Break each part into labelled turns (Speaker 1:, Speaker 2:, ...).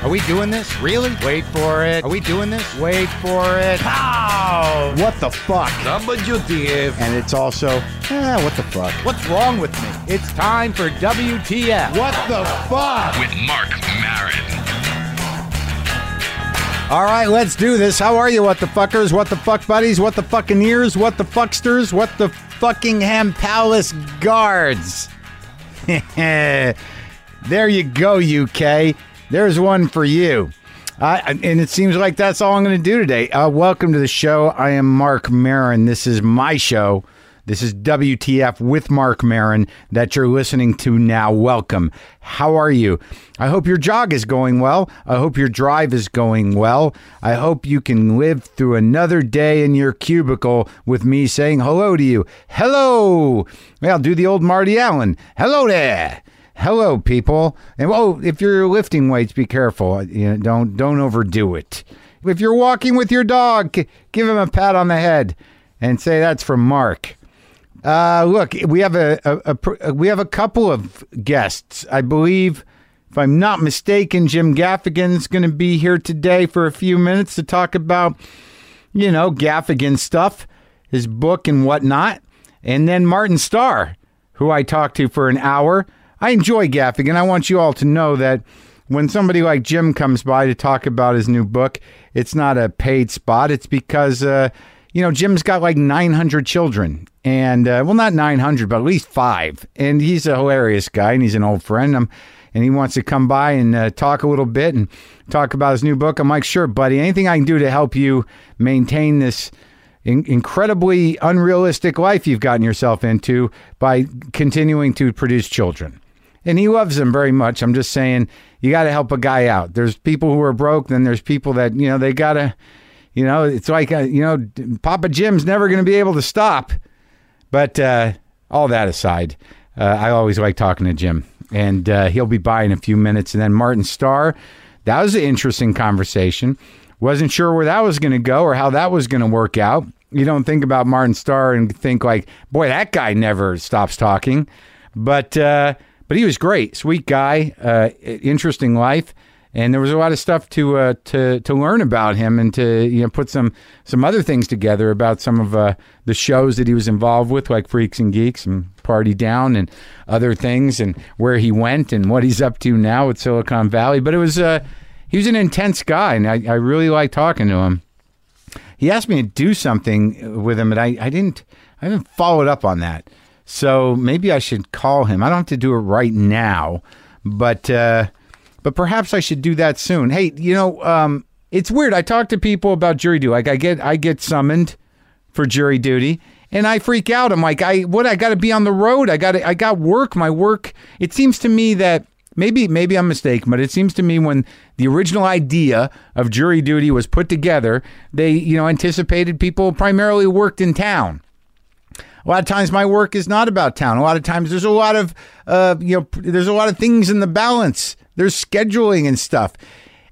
Speaker 1: Are we doing this? Really? Wait for it. Are we doing this? Wait for it. Pow! What the fuck?
Speaker 2: WTF.
Speaker 1: And it's also, eh, what the fuck? What's wrong with me? It's time for WTF. What the fuck?
Speaker 3: With Mark Marin.
Speaker 1: All right, let's do this. How are you, what the fuckers? What the fuck buddies? What the fucking ears? What the fucksters? What the fucking ham palace guards? there you go, UK. There's one for you. Uh, and and it seems like that's all I'm going to do today. Uh, welcome to the show. I am Mark Marin. This is my show. This is WTF with Mark Marin that you're listening to now. Welcome. How are you? I hope your jog is going well. I hope your drive is going well. I hope you can live through another day in your cubicle with me saying hello to you. Hello. Well, do the old Marty Allen. Hello there. Hello, people. And oh, if you're lifting weights, be careful. Uh, You know, don't don't overdo it. If you're walking with your dog, g- give him a pat on the head and say that's from Mark. Uh, look, we have a, a, a pr- uh, we have a couple of guests. I believe, if I'm not mistaken, Jim Gaffigan's going to be here today for a few minutes to talk about, you know, Gaffigan stuff, his book and whatnot, and then Martin Starr, who I talked to for an hour. I enjoy Gaffigan. I want you all to know that when somebody like Jim comes by to talk about his new book, it's not a paid spot. It's because uh, you know, Jim's got like 900 children, and uh, well, not 900, but at least five. And he's a hilarious guy, and he's an old friend. Um and he wants to come by and uh, talk a little bit and talk about his new book. I'm like, sure, buddy. Anything I can do to help you maintain this in- incredibly unrealistic life you've gotten yourself into by continuing to produce children. And he loves them very much. I'm just saying, you got to help a guy out. There's people who are broke, then there's people that, you know, they got to. You know, it's like, uh, you know, Papa Jim's never going to be able to stop. But uh, all that aside, uh, I always like talking to Jim, and uh, he'll be by in a few minutes. And then Martin Starr, that was an interesting conversation. Wasn't sure where that was going to go or how that was going to work out. You don't think about Martin Starr and think like, boy, that guy never stops talking. But uh, but he was great, sweet guy, uh, interesting life, and there was a lot of stuff to uh, to to learn about him and to you know put some some other things together about some of uh, the shows that he was involved with, like Freaks and Geeks and Party Down and other things, and where he went and what he's up to now with Silicon Valley. But it was uh, he was an intense guy, and I, I really liked talking to him. He asked me to do something with him, and I, I didn't I haven't followed up on that. So maybe I should call him. I don't have to do it right now, but uh, but perhaps I should do that soon. Hey, you know, um, it's weird. I talk to people about jury duty. Like I get I get summoned for jury duty, and I freak out. I'm like, I what? I got to be on the road. I got I got work. My work. It seems to me that maybe maybe I'm mistaken, but it seems to me when the original idea of jury duty was put together, they you know anticipated people primarily worked in town. A lot of times, my work is not about town. A lot of times, there's a lot of uh, you know, pr- there's a lot of things in the balance. There's scheduling and stuff,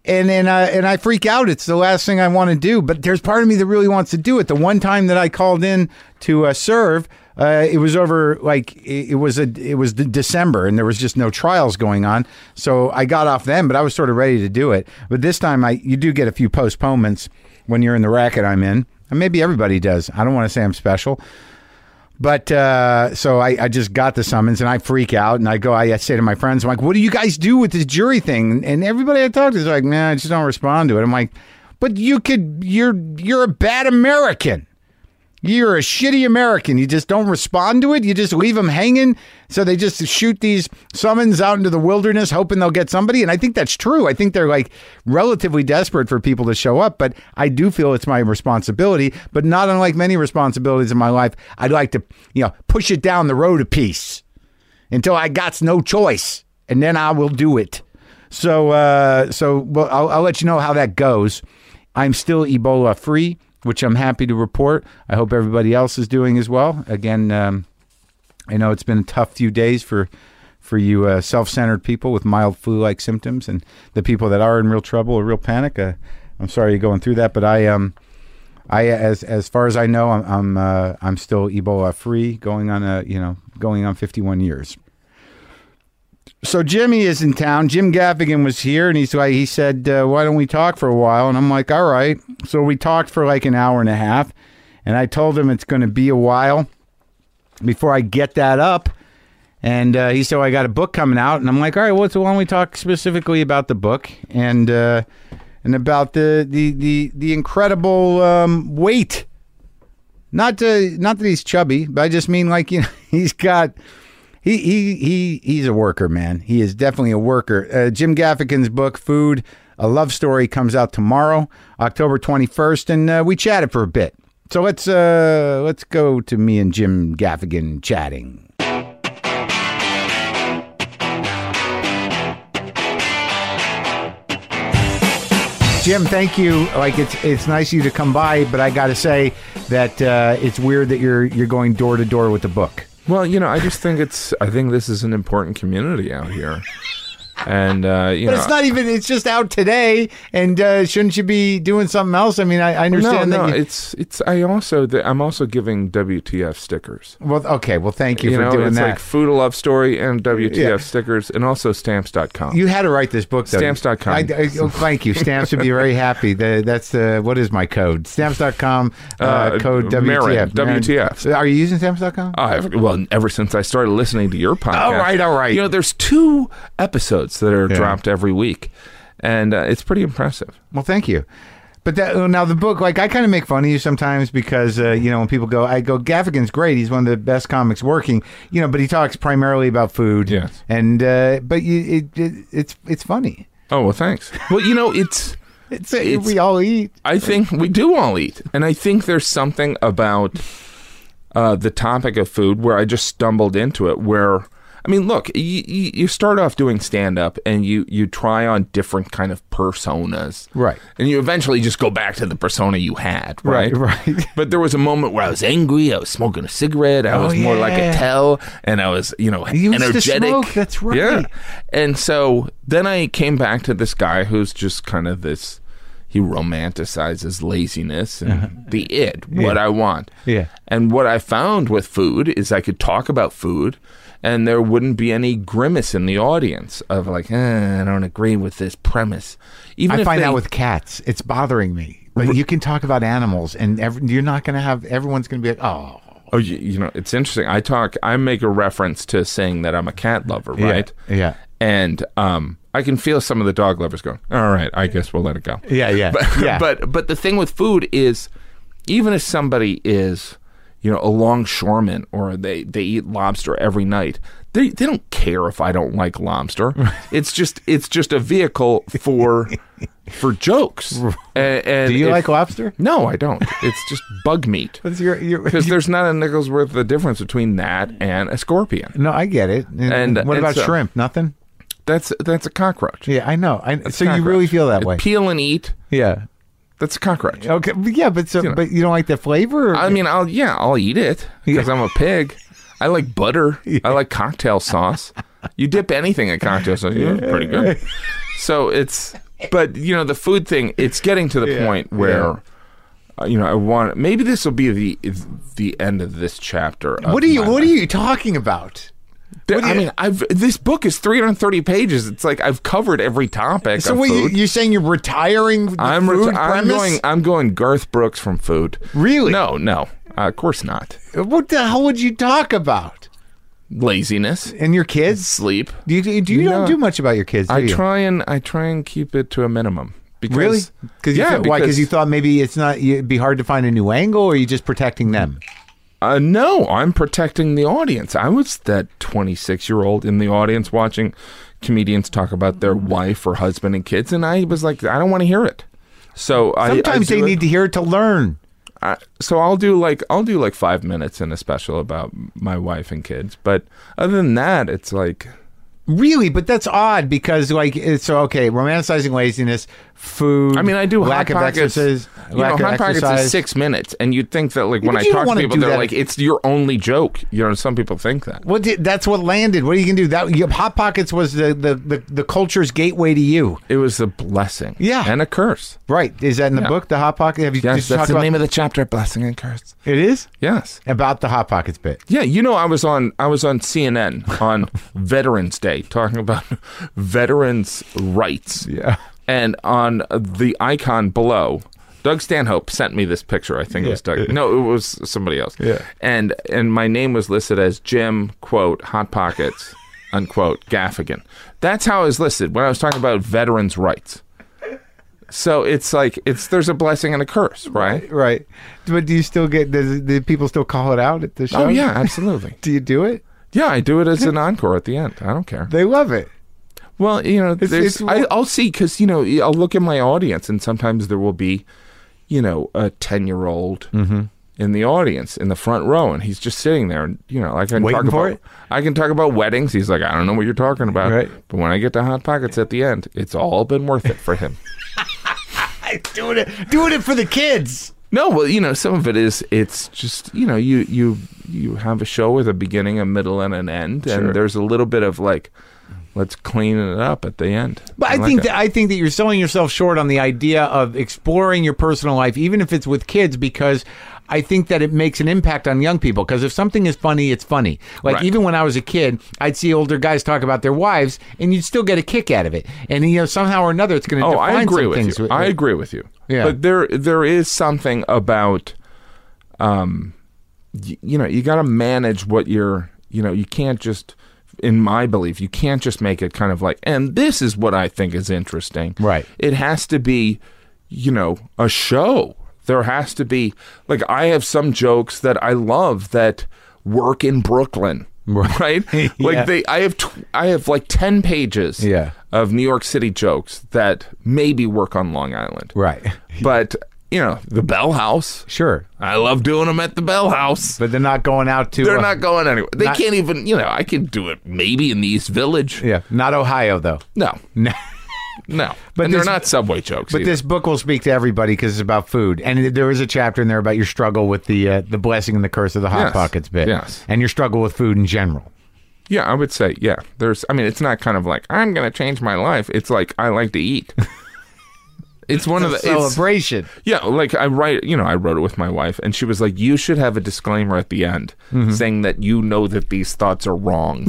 Speaker 1: and and uh, and I freak out. It's the last thing I want to do. But there's part of me that really wants to do it. The one time that I called in to uh, serve, uh, it was over like it, it was a it was de- December, and there was just no trials going on. So I got off then, but I was sort of ready to do it. But this time, I you do get a few postponements when you're in the racket I'm in. And maybe everybody does. I don't want to say I'm special. But uh, so I, I just got the summons and I freak out and I go, I say to my friends, I'm like, what do you guys do with this jury thing? And everybody I talk to is like, nah, I just don't respond to it. I'm like, but you could, you're, you're a bad American. You're a shitty American. You just don't respond to it. You just leave them hanging. So they just shoot these summons out into the wilderness, hoping they'll get somebody. And I think that's true. I think they're like relatively desperate for people to show up. But I do feel it's my responsibility. But not unlike many responsibilities in my life, I'd like to, you know, push it down the road a piece until I got no choice, and then I will do it. So, uh, so well, I'll, I'll let you know how that goes. I'm still Ebola free, which I'm happy to report. I hope everybody else is doing as well. Again, um, I know it's been a tough few days for for you uh, self-centered people with mild flu-like symptoms, and the people that are in real trouble or real panic. Uh, I'm sorry you're going through that, but I um. I as as far as I know, I'm I'm uh, I'm still Ebola free, going on a you know going on 51 years. so Jimmy is in town. Jim Gaffigan was here, and he's like, he said, uh, "Why don't we talk for a while?" And I'm like, "All right." So we talked for like an hour and a half, and I told him it's going to be a while before I get that up. And uh, he said, well, "I got a book coming out," and I'm like, "All right, well, so why don't we talk specifically about the book and uh, and about the the the, the incredible um, weight." Not to, not that he's chubby, but I just mean like you know he's got he he he he's a worker, man. He is definitely a worker. Uh, Jim Gaffigan's book, Food: A Love Story, comes out tomorrow, October twenty first, and uh, we chatted for a bit. So let's uh, let's go to me and Jim Gaffigan chatting. Jim, thank you. Like it's it's nice of you to come by, but I got to say that uh, it's weird that you're you're going door to door with the book.
Speaker 2: Well, you know, I just think it's. I think this is an important community out here, and uh, you
Speaker 1: But
Speaker 2: know,
Speaker 1: it's not even. It's just out today, and uh, shouldn't you be doing something else? I mean, I, I
Speaker 2: no,
Speaker 1: understand
Speaker 2: no.
Speaker 1: that. You,
Speaker 2: It's it's. I also. Th- I'm also giving WTF stickers.
Speaker 1: well, okay. Well, thank you,
Speaker 2: You
Speaker 1: for
Speaker 2: know,
Speaker 1: doing
Speaker 2: it's
Speaker 1: that.
Speaker 2: like food a love story and WTF
Speaker 1: Yeah.
Speaker 2: stickers, and also stamps.com.
Speaker 1: you had to write this book, though.
Speaker 2: Stamps.com.
Speaker 1: I, I, oh, thank you. Stamps would be very happy. The, that's the what is my code? Stamps.com uh,
Speaker 2: Uh,
Speaker 1: code
Speaker 2: Marin,
Speaker 1: WTF. Marin.
Speaker 2: WTF.
Speaker 1: So Are you using Stamps.com?
Speaker 2: I've, well, ever since I started listening to your podcast.
Speaker 1: All right, all right.
Speaker 2: You know, there's two episodes that are
Speaker 1: Yeah.
Speaker 2: dropped every week, and uh, it's pretty impressive.
Speaker 1: Well, thank you. But that, oh, now the book, like I kind of make fun of you sometimes because uh, you know when people go, I go Gaffigan's great. He's one of the best comics working, you know. But he talks primarily about food.
Speaker 2: Yes.
Speaker 1: And uh, but you, it, it, it's it's funny.
Speaker 2: Oh well, thanks. well, you know, it's.
Speaker 1: It's, we all eat.
Speaker 2: I think we do all eat, and I think there's something about uh, the topic of food where I just stumbled into it. Where I mean, look, you, you start off doing stand up, and you you try on different kind of personas,
Speaker 1: Right.
Speaker 2: And you eventually just go back to the persona you had, right?
Speaker 1: Right, right.
Speaker 2: But there was a moment where I was angry. I was smoking a cigarette. I
Speaker 1: Oh,
Speaker 2: was more like a
Speaker 1: yeah.
Speaker 2: tell, and I was you know
Speaker 1: You used to
Speaker 2: energetic.
Speaker 1: smoke, that's right.
Speaker 2: Yeah. And so then I came back to this guy who's just kind of this he romanticizes laziness and the it, what I want.
Speaker 1: Uh-huh. Yeah.
Speaker 2: And what I found with food is I could talk about food and there wouldn't be any grimace in the audience of like, eh, I don't agree with this premise. Even
Speaker 1: I
Speaker 2: if
Speaker 1: find
Speaker 2: they-
Speaker 1: out with cats, it's bothering me. But you can talk about animals, and every, you're not going to have everyone's going to be like, oh,
Speaker 2: Oh, you, you know, it's interesting. I talk. I make a reference to saying that I'm a cat lover, right?
Speaker 1: yeah.
Speaker 2: And um, I can feel some of the dog lovers going, "All right, I guess we'll let it go."
Speaker 1: Yeah, yeah,
Speaker 2: But
Speaker 1: yeah.
Speaker 2: but but the thing with food is, even if somebody is, you know, a longshoreman or they they eat lobster every night, they they don't care if I don't like lobster. it's just it's just a vehicle for for jokes. And, and
Speaker 1: do you
Speaker 2: if-
Speaker 1: like lobster?
Speaker 2: No, I don't. It's just bug meat.
Speaker 1: That's your, your,
Speaker 2: Because there's not a nickel's worth of difference between that and a scorpion.
Speaker 1: no, I get it. And,
Speaker 2: And, uh,
Speaker 1: what
Speaker 2: and
Speaker 1: about
Speaker 2: so-
Speaker 1: shrimp? Nothing.
Speaker 2: That's that's a cockroach.
Speaker 1: Yeah, I know. I, so you
Speaker 2: Cockroach.
Speaker 1: really feel that way?
Speaker 2: Peel and eat.
Speaker 1: yeah.
Speaker 2: That's a cockroach.
Speaker 1: Okay. but Yeah, but so,
Speaker 2: know.
Speaker 1: but you don't like the flavor. or-
Speaker 2: I mean, I'll yeah, I'll eat it because I'm a pig. I like butter. I like cocktail sauce. You dip anything in cocktail sauce. Yeah, it's pretty good. So it's, but you know, the food thing. It's getting to the
Speaker 1: Yeah,
Speaker 2: point where, uh, you know, I want. Maybe this will be the the end of this chapter. of
Speaker 1: what are you?
Speaker 2: my
Speaker 1: What are you talking about?
Speaker 2: Th-
Speaker 1: What do
Speaker 2: I
Speaker 1: you-
Speaker 2: mean, I've this book is 330 pages. It's like I've covered every topic.
Speaker 1: So
Speaker 2: of
Speaker 1: what, you,
Speaker 2: food.
Speaker 1: you're saying you're retiring the
Speaker 2: I'm
Speaker 1: food
Speaker 2: reti- I'm
Speaker 1: premise?
Speaker 2: going. I'm going Garth Brooks from food.
Speaker 1: Really?
Speaker 2: No, no. Uh, of course not.
Speaker 1: What the hell would you talk about?
Speaker 2: Laziness,
Speaker 1: And your kids?
Speaker 2: sleep.
Speaker 1: Do you do you
Speaker 2: No.
Speaker 1: don't do much about your kids? Do
Speaker 2: I
Speaker 1: you?
Speaker 2: try and I try and keep it to a minimum. Because,
Speaker 1: Really? Because
Speaker 2: yeah.
Speaker 1: you thought, why? Because you thought maybe it's not. It'd be hard to find a new angle, or are you just protecting them?
Speaker 2: Uh, no, I'm protecting the audience. I was that 26 year old in the audience watching comedians talk about their wife or husband and kids, and I was like, I don't want to hear it. So I- I
Speaker 1: Sometimes
Speaker 2: do
Speaker 1: they
Speaker 2: it-
Speaker 1: need to hear it to learn.
Speaker 2: I, so I'll do like I'll do like five minutes in a special about my wife and kids. But other than that, it's like
Speaker 1: Really, but that's odd because like it's so okay. Romanticizing laziness, food.
Speaker 2: I mean I do
Speaker 1: lack
Speaker 2: hot
Speaker 1: of
Speaker 2: pockets.
Speaker 1: exercise.
Speaker 2: you
Speaker 1: lack
Speaker 2: know,
Speaker 1: of
Speaker 2: hot pockets
Speaker 1: exercise.
Speaker 2: is six minutes, and you'd think that like when
Speaker 1: but
Speaker 2: I
Speaker 1: you don't
Speaker 2: talk to
Speaker 1: wanna
Speaker 2: people,
Speaker 1: do
Speaker 2: they're
Speaker 1: that.
Speaker 2: like it's your only joke. You know, some people think that.
Speaker 1: What did, that's what landed. What are you gonna do? That you, hot pockets was the, the the the culture's gateway to you,
Speaker 2: It was a blessing,
Speaker 1: Yeah.
Speaker 2: and a curse.
Speaker 1: right? Is that in the
Speaker 2: Yeah.
Speaker 1: book, the hot pocket? Have you
Speaker 2: Yes,
Speaker 1: just
Speaker 2: that's
Speaker 1: talked
Speaker 2: the
Speaker 1: about
Speaker 2: name of the chapter: blessing and curse.
Speaker 1: it is
Speaker 2: Yes,
Speaker 1: about the hot pockets bit.
Speaker 2: yeah. You know, I was on I was on CNN on Veterans Day today talking about veterans' rights.
Speaker 4: Yeah.
Speaker 2: And on the icon below, Doug Stanhope sent me this picture. I think it was Doug. No, it was somebody else.
Speaker 4: Yeah.
Speaker 2: And and my name was listed as Jim quote Hot Pockets unquote Gaffigan. That's how I was listed when I was talking about veterans' rights. So it's like it's there's a blessing and a curse, right?
Speaker 4: Right. But do you still get? Does, do people still call it out at the show?
Speaker 2: Oh yeah, absolutely.
Speaker 4: Do you do it?
Speaker 2: Yeah, I do it as an encore at the end. I don't care.
Speaker 4: They love it.
Speaker 2: Well, you know, there's,
Speaker 4: it's-
Speaker 2: I, I'll see because you know I'll look at my audience, and sometimes there will be, you know, a ten-year-old
Speaker 4: Mm-hmm.
Speaker 2: in the audience in the front row, and he's just sitting there, and you know, I can
Speaker 4: Waiting
Speaker 2: talk
Speaker 4: for
Speaker 2: about,
Speaker 4: it?
Speaker 2: I can talk about weddings. He's like, I don't know what you're talking about,
Speaker 4: Right.
Speaker 2: but when I get to hot pockets at the end, it's all been worth it for him.
Speaker 1: doing it, doing it for the kids.
Speaker 2: No, well, you know, some of it is it's just, you know, you you you have a show with a beginning, a middle and an end
Speaker 4: Sure.
Speaker 2: and there's a little bit of like let's clean it up at the end.
Speaker 1: But I
Speaker 2: like
Speaker 1: think that. I think that you're selling yourself short on the idea of exploring your personal life, even if it's with kids, because I think that it makes an impact on young people. Because if something is funny, it's funny. Like
Speaker 2: Right.
Speaker 1: even when I was a kid, I'd see older guys talk about their wives, and you'd still get a kick out of it. And you know, somehow or another, it's going to
Speaker 2: Oh,
Speaker 1: define
Speaker 2: I agree
Speaker 1: some
Speaker 2: with you.
Speaker 1: things. with-
Speaker 2: I agree with you.
Speaker 1: Yeah.
Speaker 2: But there there is something about um y- you know, you got to manage what you're, you know, you can't just in my belief, you can't just make it kind of like and this is what I think is interesting.
Speaker 1: Right.
Speaker 2: It has to be, you know, a show. There has to be like I have some jokes that I love that work in Brooklyn. Right?
Speaker 1: Yeah.
Speaker 2: Like they I have tw- I have like 10 pages
Speaker 1: Yeah.
Speaker 2: of New York City jokes that maybe work on Long Island.
Speaker 1: Right.
Speaker 2: But, you know, the Bell House.
Speaker 1: Sure.
Speaker 2: I love doing them at the Bell House.
Speaker 1: But they're not going out to.
Speaker 2: They're
Speaker 1: uh,
Speaker 2: not going anywhere. They
Speaker 1: not-
Speaker 2: can't even, you know, I can do it maybe in the East Village.
Speaker 1: Yeah. Not Ohio though.
Speaker 2: No.
Speaker 1: No.
Speaker 2: No.
Speaker 1: But
Speaker 2: But and
Speaker 1: this-
Speaker 2: they're not subway jokes.
Speaker 1: But
Speaker 2: either.
Speaker 1: this book will speak to everybody because it's about food, and there is a chapter in there about your struggle with the uh, the blessing and the curse of the hot
Speaker 2: Yes.
Speaker 1: pockets bit,
Speaker 2: Yes.
Speaker 1: and your struggle with food in general.
Speaker 2: Yeah, I would say, yeah. There's, I mean, it's not kind of like, I'm going to change my life. It's like, I like to eat. It's one of the it's-
Speaker 1: Celebration.
Speaker 2: Yeah, like I write, you know, I wrote it with my wife, and she was like, "You should have a disclaimer at the end saying that you know that these thoughts are wrong."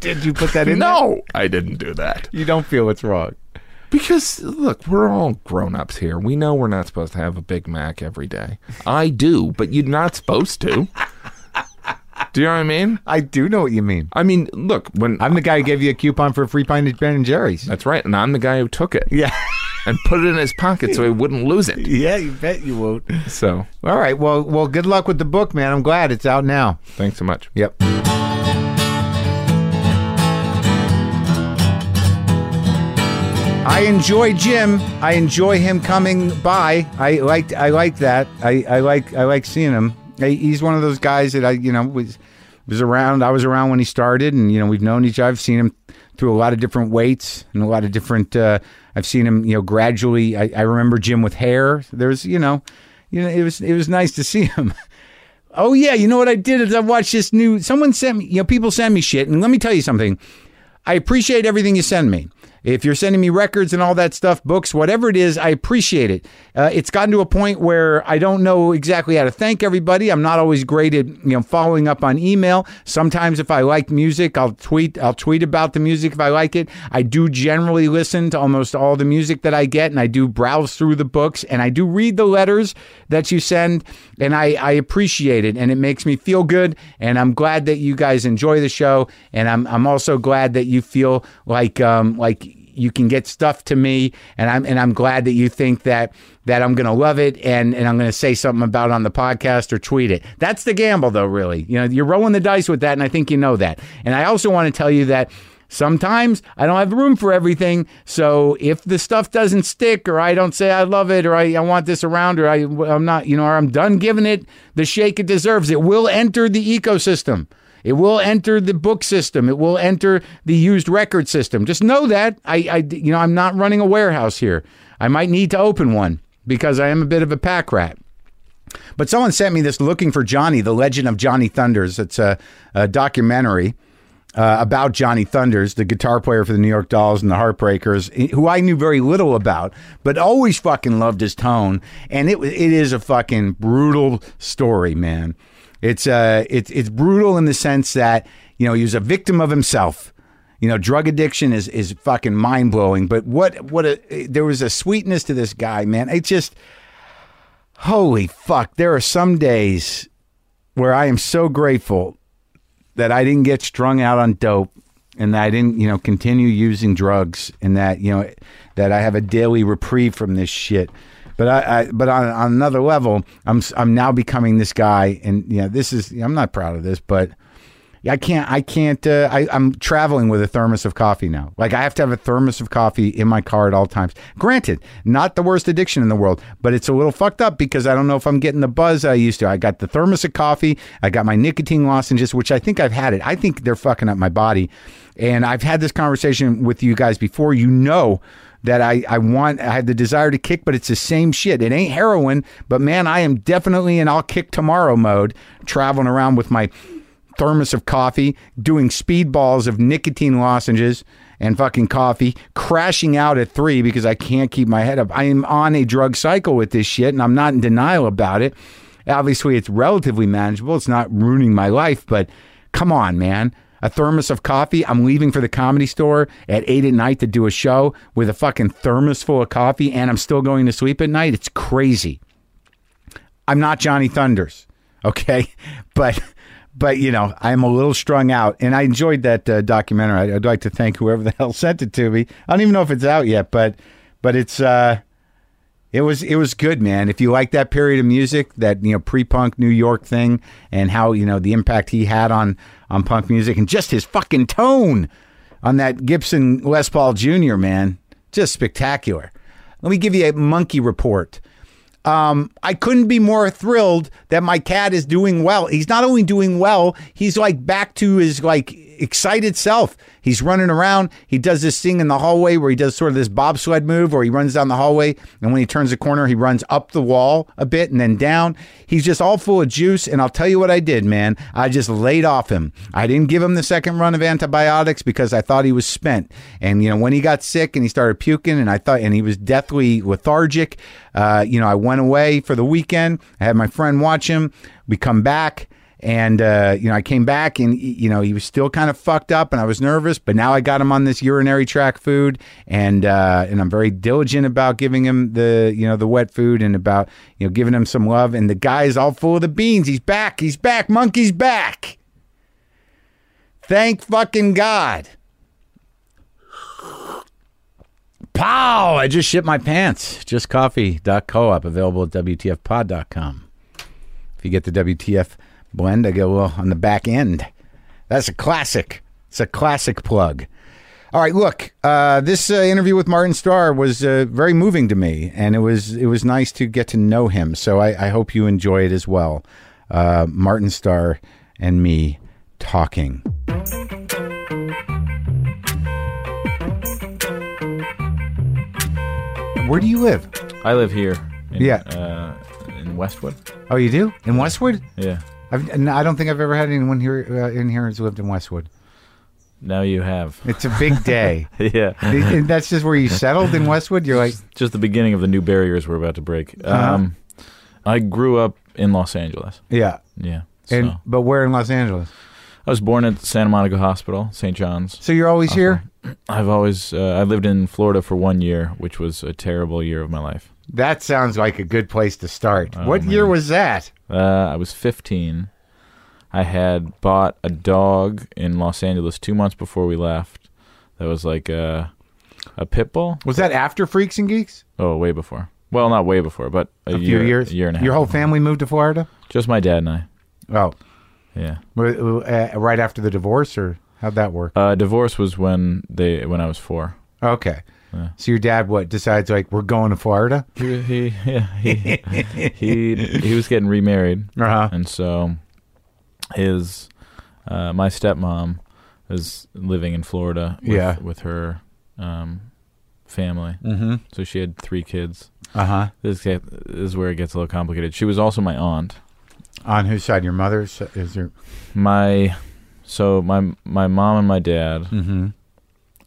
Speaker 1: Did you put that in? there?
Speaker 2: no, I didn't do that
Speaker 1: you don't feel it's wrong.
Speaker 2: because look, we're all grown-ups here. We know we're not supposed to have a Big Mac every day. I do, but you're not supposed to. do you know what I mean?
Speaker 1: I do know what you mean.
Speaker 2: I mean, look, when
Speaker 1: I'm the guy who gave you a coupon for a free pint at Ben and Jerry's.
Speaker 2: that's right, and I'm the guy who took it
Speaker 1: Yeah,
Speaker 2: and put it in his pocket so he wouldn't lose it.
Speaker 1: yeah, you bet you won't.
Speaker 2: So,
Speaker 1: All right, well, well, good luck with the book, man. I'm glad it's out now.
Speaker 2: thanks so much.
Speaker 1: Yep. I enjoy Jim. I enjoy him coming by. I like I like that. I, I like I like seeing him. I, he's one of those guys that I you know was was around. I was around when he started, and you know we've known each. other. I've seen him through a lot of different weights and a lot of different. Uh, I've seen him you know gradually. I, I remember Jim with hair. There's you know, you know it was it was nice to see him. Oh yeah, you know what I did is I watched this new. Someone sent me, you know, people send me shit, and let me tell you something. I appreciate everything you send me. If you're sending me records and all that stuff, books, whatever it is, I appreciate it. Uh, it's gotten to a point where I don't know exactly how to thank everybody. I'm not always great at you know following up on email. Sometimes if I like music, I'll tweet. I'll tweet about the music if I like it. I do generally listen to almost all the music that I get, and I do browse through the books, and I do read the letters that you send, and I, I appreciate it, and it makes me feel good, and I'm glad that you guys enjoy the show, and I'm I'm also glad that you feel like um like you can get stuff to me, and I'm and I'm glad that you think that that I'm gonna love it, and and I'm gonna say something about it on the podcast or tweet it. That's the gamble, though. Really, you know, you're rolling the dice with that, and I think you know that. And I also want to tell you that. Sometimes I don't have room for everything. So if the stuff doesn't stick, or I don't say I love it, or I, I want this around, or I, I'm not, you know, or I'm done giving it the shake it deserves, it will enter the ecosystem. It will enter the book system. It will enter the used record system. Just know that I, I you know, I'm not running a warehouse here. I might need to open one because I am a bit of a pack rat. But someone sent me this "Looking for Johnny: The Legend of Johnny Thunders." It's a, a documentary uh, about Johnny Thunders, the guitar player for the New York Dolls and the Heartbreakers, who I knew very little about, but always fucking loved his tone. And it wa- it is a fucking brutal story, man. It's uh, it's it's brutal in the sense that you know he was a victim of himself You know, drug addiction is is fucking mind blowing. But what what a there was a sweetness to this guy, man. It just holy fuck. There are some days where I am so grateful that I didn't get strung out on dope and that I didn't, you know, continue using drugs and that, you know, that I have a daily reprieve from this shit. But I, I but on, on another level, I'm s- I'm now becoming this guy and you know, this is I'm not proud of this, but I can't I can't uh, I I'm traveling with a thermos of coffee now. Like I have to have a thermos of coffee in my car at all times. Granted, not the worst addiction in the world, but it's a little fucked up because I don't know if I'm getting the buzz I used to. I got the thermos of coffee, I got my nicotine lozenges, which I think I've had it. I think they're fucking up my body. And I've had this conversation with you guys before. You know that I, I want I have the desire to kick, but it's the same shit. It ain't heroin, but man, I am definitely in I'll kick tomorrow mode, traveling around with my thermos of coffee, doing speedballs of nicotine lozenges and fucking coffee, crashing out at three because I can't keep my head up. I am on a drug cycle with this shit and I'm not in denial about it. Obviously, it's relatively manageable. It's not ruining my life, but come on, man. A thermos of coffee. I'm leaving for the comedy store at eight at night to do a show with a fucking thermos full of coffee, and I'm still going to sleep at night. It's crazy. I'm not Johnny Thunders, okay, but but you know I'm a little strung out, and I enjoyed that uh, documentary. I, I'd like to thank whoever the hell sent it to me. I don't even know if it's out yet, but but it's uh, it was it was good, man. If you like that period of music, that you know pre-punk New York thing, and how you know the impact he had on on punk music, and just his fucking tone on that Gibson Les Paul Jr. man, just spectacular. Let me give you a monkey report. I couldn't be more thrilled that my cat is doing well. He's not only doing well, he's like back to his like excited self. He's running around. He does this thing in the hallway where he does sort of this bobsled move where he runs down the hallway and when he turns the corner, he runs up the wall a bit and then down. He's just all full of juice and I'll tell you what I did, man. I just laid off him. I didn't give him the second run of antibiotics because I thought he was spent. And you know, when he got sick and he started puking and I thought and he was deathly lethargic, uh, you know, I went away for the weekend. I had my friend watch him. We come back and uh, you know, I came back and y- you know, he was still kind of fucked up and I was nervous, but now I got him on this urinary tract food and uh, and I'm very diligent about giving him the, you know, the wet food and about, you know, giving him some love and the guy is all full of the beans. He's back. He's back. Monkey's back. Thank fucking God. Pow! I just shit my pants. Just coffee.coop available at WTFpod.com. If you get the WTF blend, I go well on the back end. That's a classic. It's a classic plug. All right, look, uh, this uh, interview with Martin Starr was uh, very moving to me, and it was it was nice to get to know him. So I, I hope you enjoy it as well. Uh, Martin Starr and me talking. Where do you live?
Speaker 5: I live here. In,
Speaker 1: Yeah.
Speaker 5: Uh, in Westwood.
Speaker 1: Oh, you do in Westwood?
Speaker 5: Yeah.
Speaker 1: I've, n- I don't think I've ever had anyone here uh, in here who's lived in Westwood.
Speaker 5: Now you have.
Speaker 1: It's a big day.
Speaker 5: yeah.
Speaker 1: Th- and that's just where you settled in Westwood. You're like,
Speaker 5: Just the beginning of the new barriers we're about to break.
Speaker 1: Uh-huh.
Speaker 5: Um, I grew up in Los Angeles.
Speaker 1: yeah.
Speaker 5: Yeah.
Speaker 1: And
Speaker 5: so
Speaker 1: but where in Los Angeles?
Speaker 5: I was born at Santa Monica Hospital, St. John's.
Speaker 1: So you're always here.
Speaker 5: I've always uh, I lived in Florida for one year, which was a terrible year of my life.
Speaker 1: That sounds like a good place to start. what year was that?
Speaker 5: Uh, I was 15. I had bought a dog in Los Angeles two months before we left. That was like a a pit bull.
Speaker 1: Was that after Freaks and Geeks?
Speaker 5: Oh, way before. Well, not way before, but a,
Speaker 1: A
Speaker 5: year,
Speaker 1: few years.
Speaker 5: a year and a half.
Speaker 1: Your whole family moved to Florida.
Speaker 5: Just my dad and I.
Speaker 1: Oh,
Speaker 5: Yeah.
Speaker 1: w- w- uh, right after the divorce, or how'd that work?
Speaker 5: Uh, divorce was when they when I was four.
Speaker 1: Okay. So your dad what decides like we're going to Florida?
Speaker 5: He he yeah, he, he he was getting remarried,
Speaker 1: Uh
Speaker 5: and so his uh, my stepmom is living in Florida. With,
Speaker 1: Yeah.
Speaker 5: with her um, family.
Speaker 1: Mm-hmm.
Speaker 5: So she had three kids.
Speaker 1: Uh huh.
Speaker 5: This get, this is where it gets a little complicated. She was also my aunt.
Speaker 1: On whose side? Your mother's? Is your?
Speaker 5: My so my my mom and my dad
Speaker 1: Mm-hmm.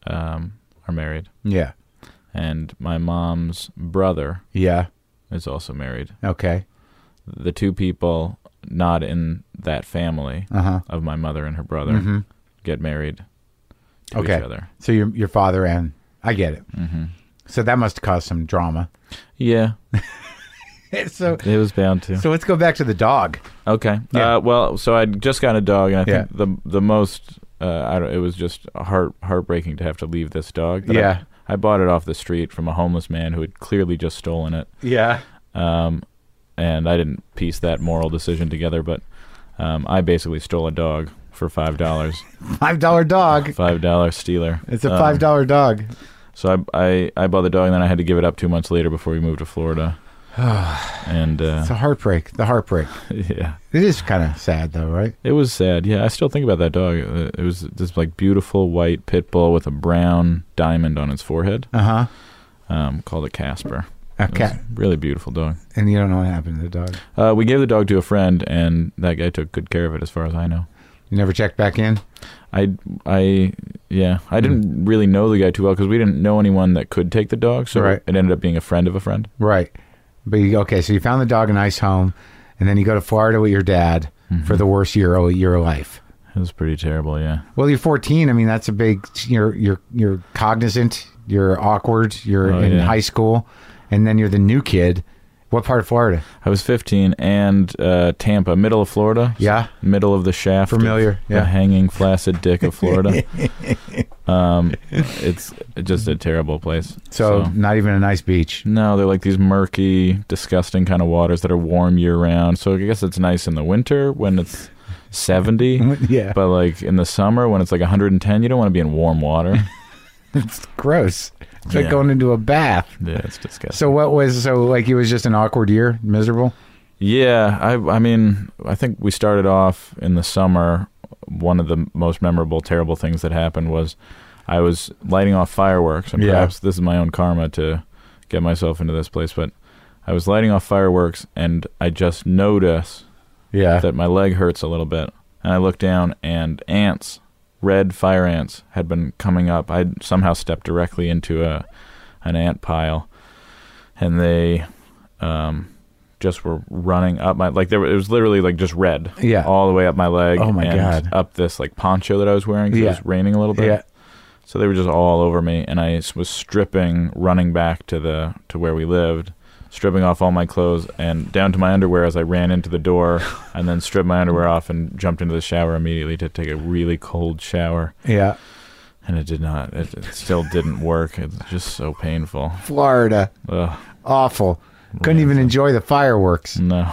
Speaker 5: um, are married,
Speaker 1: Yeah.
Speaker 5: and my mom's brother
Speaker 1: Yeah.
Speaker 5: is also married.
Speaker 1: Okay.
Speaker 5: The two people not in that family
Speaker 1: Uh huh.
Speaker 5: of my mother and her brother
Speaker 1: Mhm.
Speaker 5: get married to
Speaker 1: Okay.
Speaker 5: each other.
Speaker 1: So your your father and I get it. Mm-hmm. So that must cause some drama.
Speaker 5: Yeah,
Speaker 1: so
Speaker 5: it was bound to.
Speaker 1: so let's go back to the dog.
Speaker 5: Okay.
Speaker 1: Yeah.
Speaker 5: Uh, well, so I'd just gotten a dog, and I
Speaker 1: Yeah.
Speaker 5: think the the most uh, I don't, it was just heart heartbreaking to have to leave this dog. that I-
Speaker 1: Yeah.
Speaker 5: I, bought it off the street from a homeless man who had clearly just stolen it,
Speaker 1: Yeah.
Speaker 5: um, and I didn't piece that moral decision together. But um, I basically stole a dog for five dollars,
Speaker 1: Five dollar dog.
Speaker 5: five dollar stealer.
Speaker 1: It's a
Speaker 5: Um,
Speaker 1: five dollar dog.
Speaker 5: So I, I I bought the dog, and then I had to give it up two months later before we moved to Florida. and uh,
Speaker 1: It's a heartbreak. The heartbreak.
Speaker 5: yeah.
Speaker 1: It is kind of sad though, right?
Speaker 5: It was sad. Yeah, I still think about that dog. Uh, It was this like beautiful white pit bull with a brown diamond on its forehead,
Speaker 1: Uh huh.
Speaker 5: um, called a Casper. It was
Speaker 1: Okay.
Speaker 5: a really beautiful dog.
Speaker 1: And you don't know what happened to the dog.
Speaker 5: Uh, we gave the dog to a friend, and that guy took good care of it, as far as I know.
Speaker 1: You never checked back in.
Speaker 5: I, I, yeah, I didn't really know the guy too well because we didn't know anyone that could take the dog, so
Speaker 1: Right.
Speaker 5: it ended up being a friend of a friend.
Speaker 1: Right. But you, okay, so you found the dog a nice home, and then you go to Florida with your dad for the worst year of your life.
Speaker 5: It was pretty terrible. Yeah,
Speaker 1: Well, you're 14. I mean, that's a big. You're you're you're cognizant. You're awkward. You're
Speaker 5: Oh,
Speaker 1: in
Speaker 5: yeah.
Speaker 1: high school, and then you're the new kid. What part of Florida?
Speaker 5: I was 15 and uh, Tampa, middle of Florida.
Speaker 1: Yeah.
Speaker 5: Middle of the shaft. of
Speaker 1: Familiar, yeah.
Speaker 5: The hanging flaccid dick of Florida. um, it's just a terrible place.
Speaker 1: So, not even a nice beach.
Speaker 5: no, they're like these murky, disgusting kind of waters that are warm year round. So I guess it's nice in the winter when it's 70.
Speaker 1: yeah,
Speaker 5: But like in the summer when it's like 110, you don't want to be in warm water.
Speaker 1: it's gross. It's like
Speaker 5: Yeah.
Speaker 1: going into a bath.
Speaker 5: yeah, it's disgusting.
Speaker 1: So what was so like? It was just an awkward year, miserable.
Speaker 5: Yeah, I I mean, I think we started off in the summer. One of the most memorable terrible things that happened was I was lighting off fireworks and
Speaker 1: Yeah.
Speaker 5: perhaps this is my own karma to get myself into this place, but I was lighting off fireworks and I just notice
Speaker 1: Yeah,
Speaker 5: that my leg hurts a little bit. And I look down and ants, red fire ants had been coming up. I somehow stepped directly into a an ant pile and they um just were running up my like there were- it was literally like just red
Speaker 1: Yeah.
Speaker 5: all the way up my leg
Speaker 1: Oh, my
Speaker 5: and
Speaker 1: God.
Speaker 5: up this like poncho that I was wearing 'cause
Speaker 1: Yeah.
Speaker 5: it was raining a little bit
Speaker 1: yeah.
Speaker 5: so they were just all over me and I s- was stripping running back to the to where we lived stripping off all my clothes and down to my underwear as I ran into the door and then stripped my underwear off and jumped into the shower immediately to take a really cold shower
Speaker 1: Yeah,
Speaker 5: and it did not it, it still didn't work it's just so painful
Speaker 1: Florida,
Speaker 5: Ugh,
Speaker 1: awful. Couldn't even enjoy the fireworks.
Speaker 5: no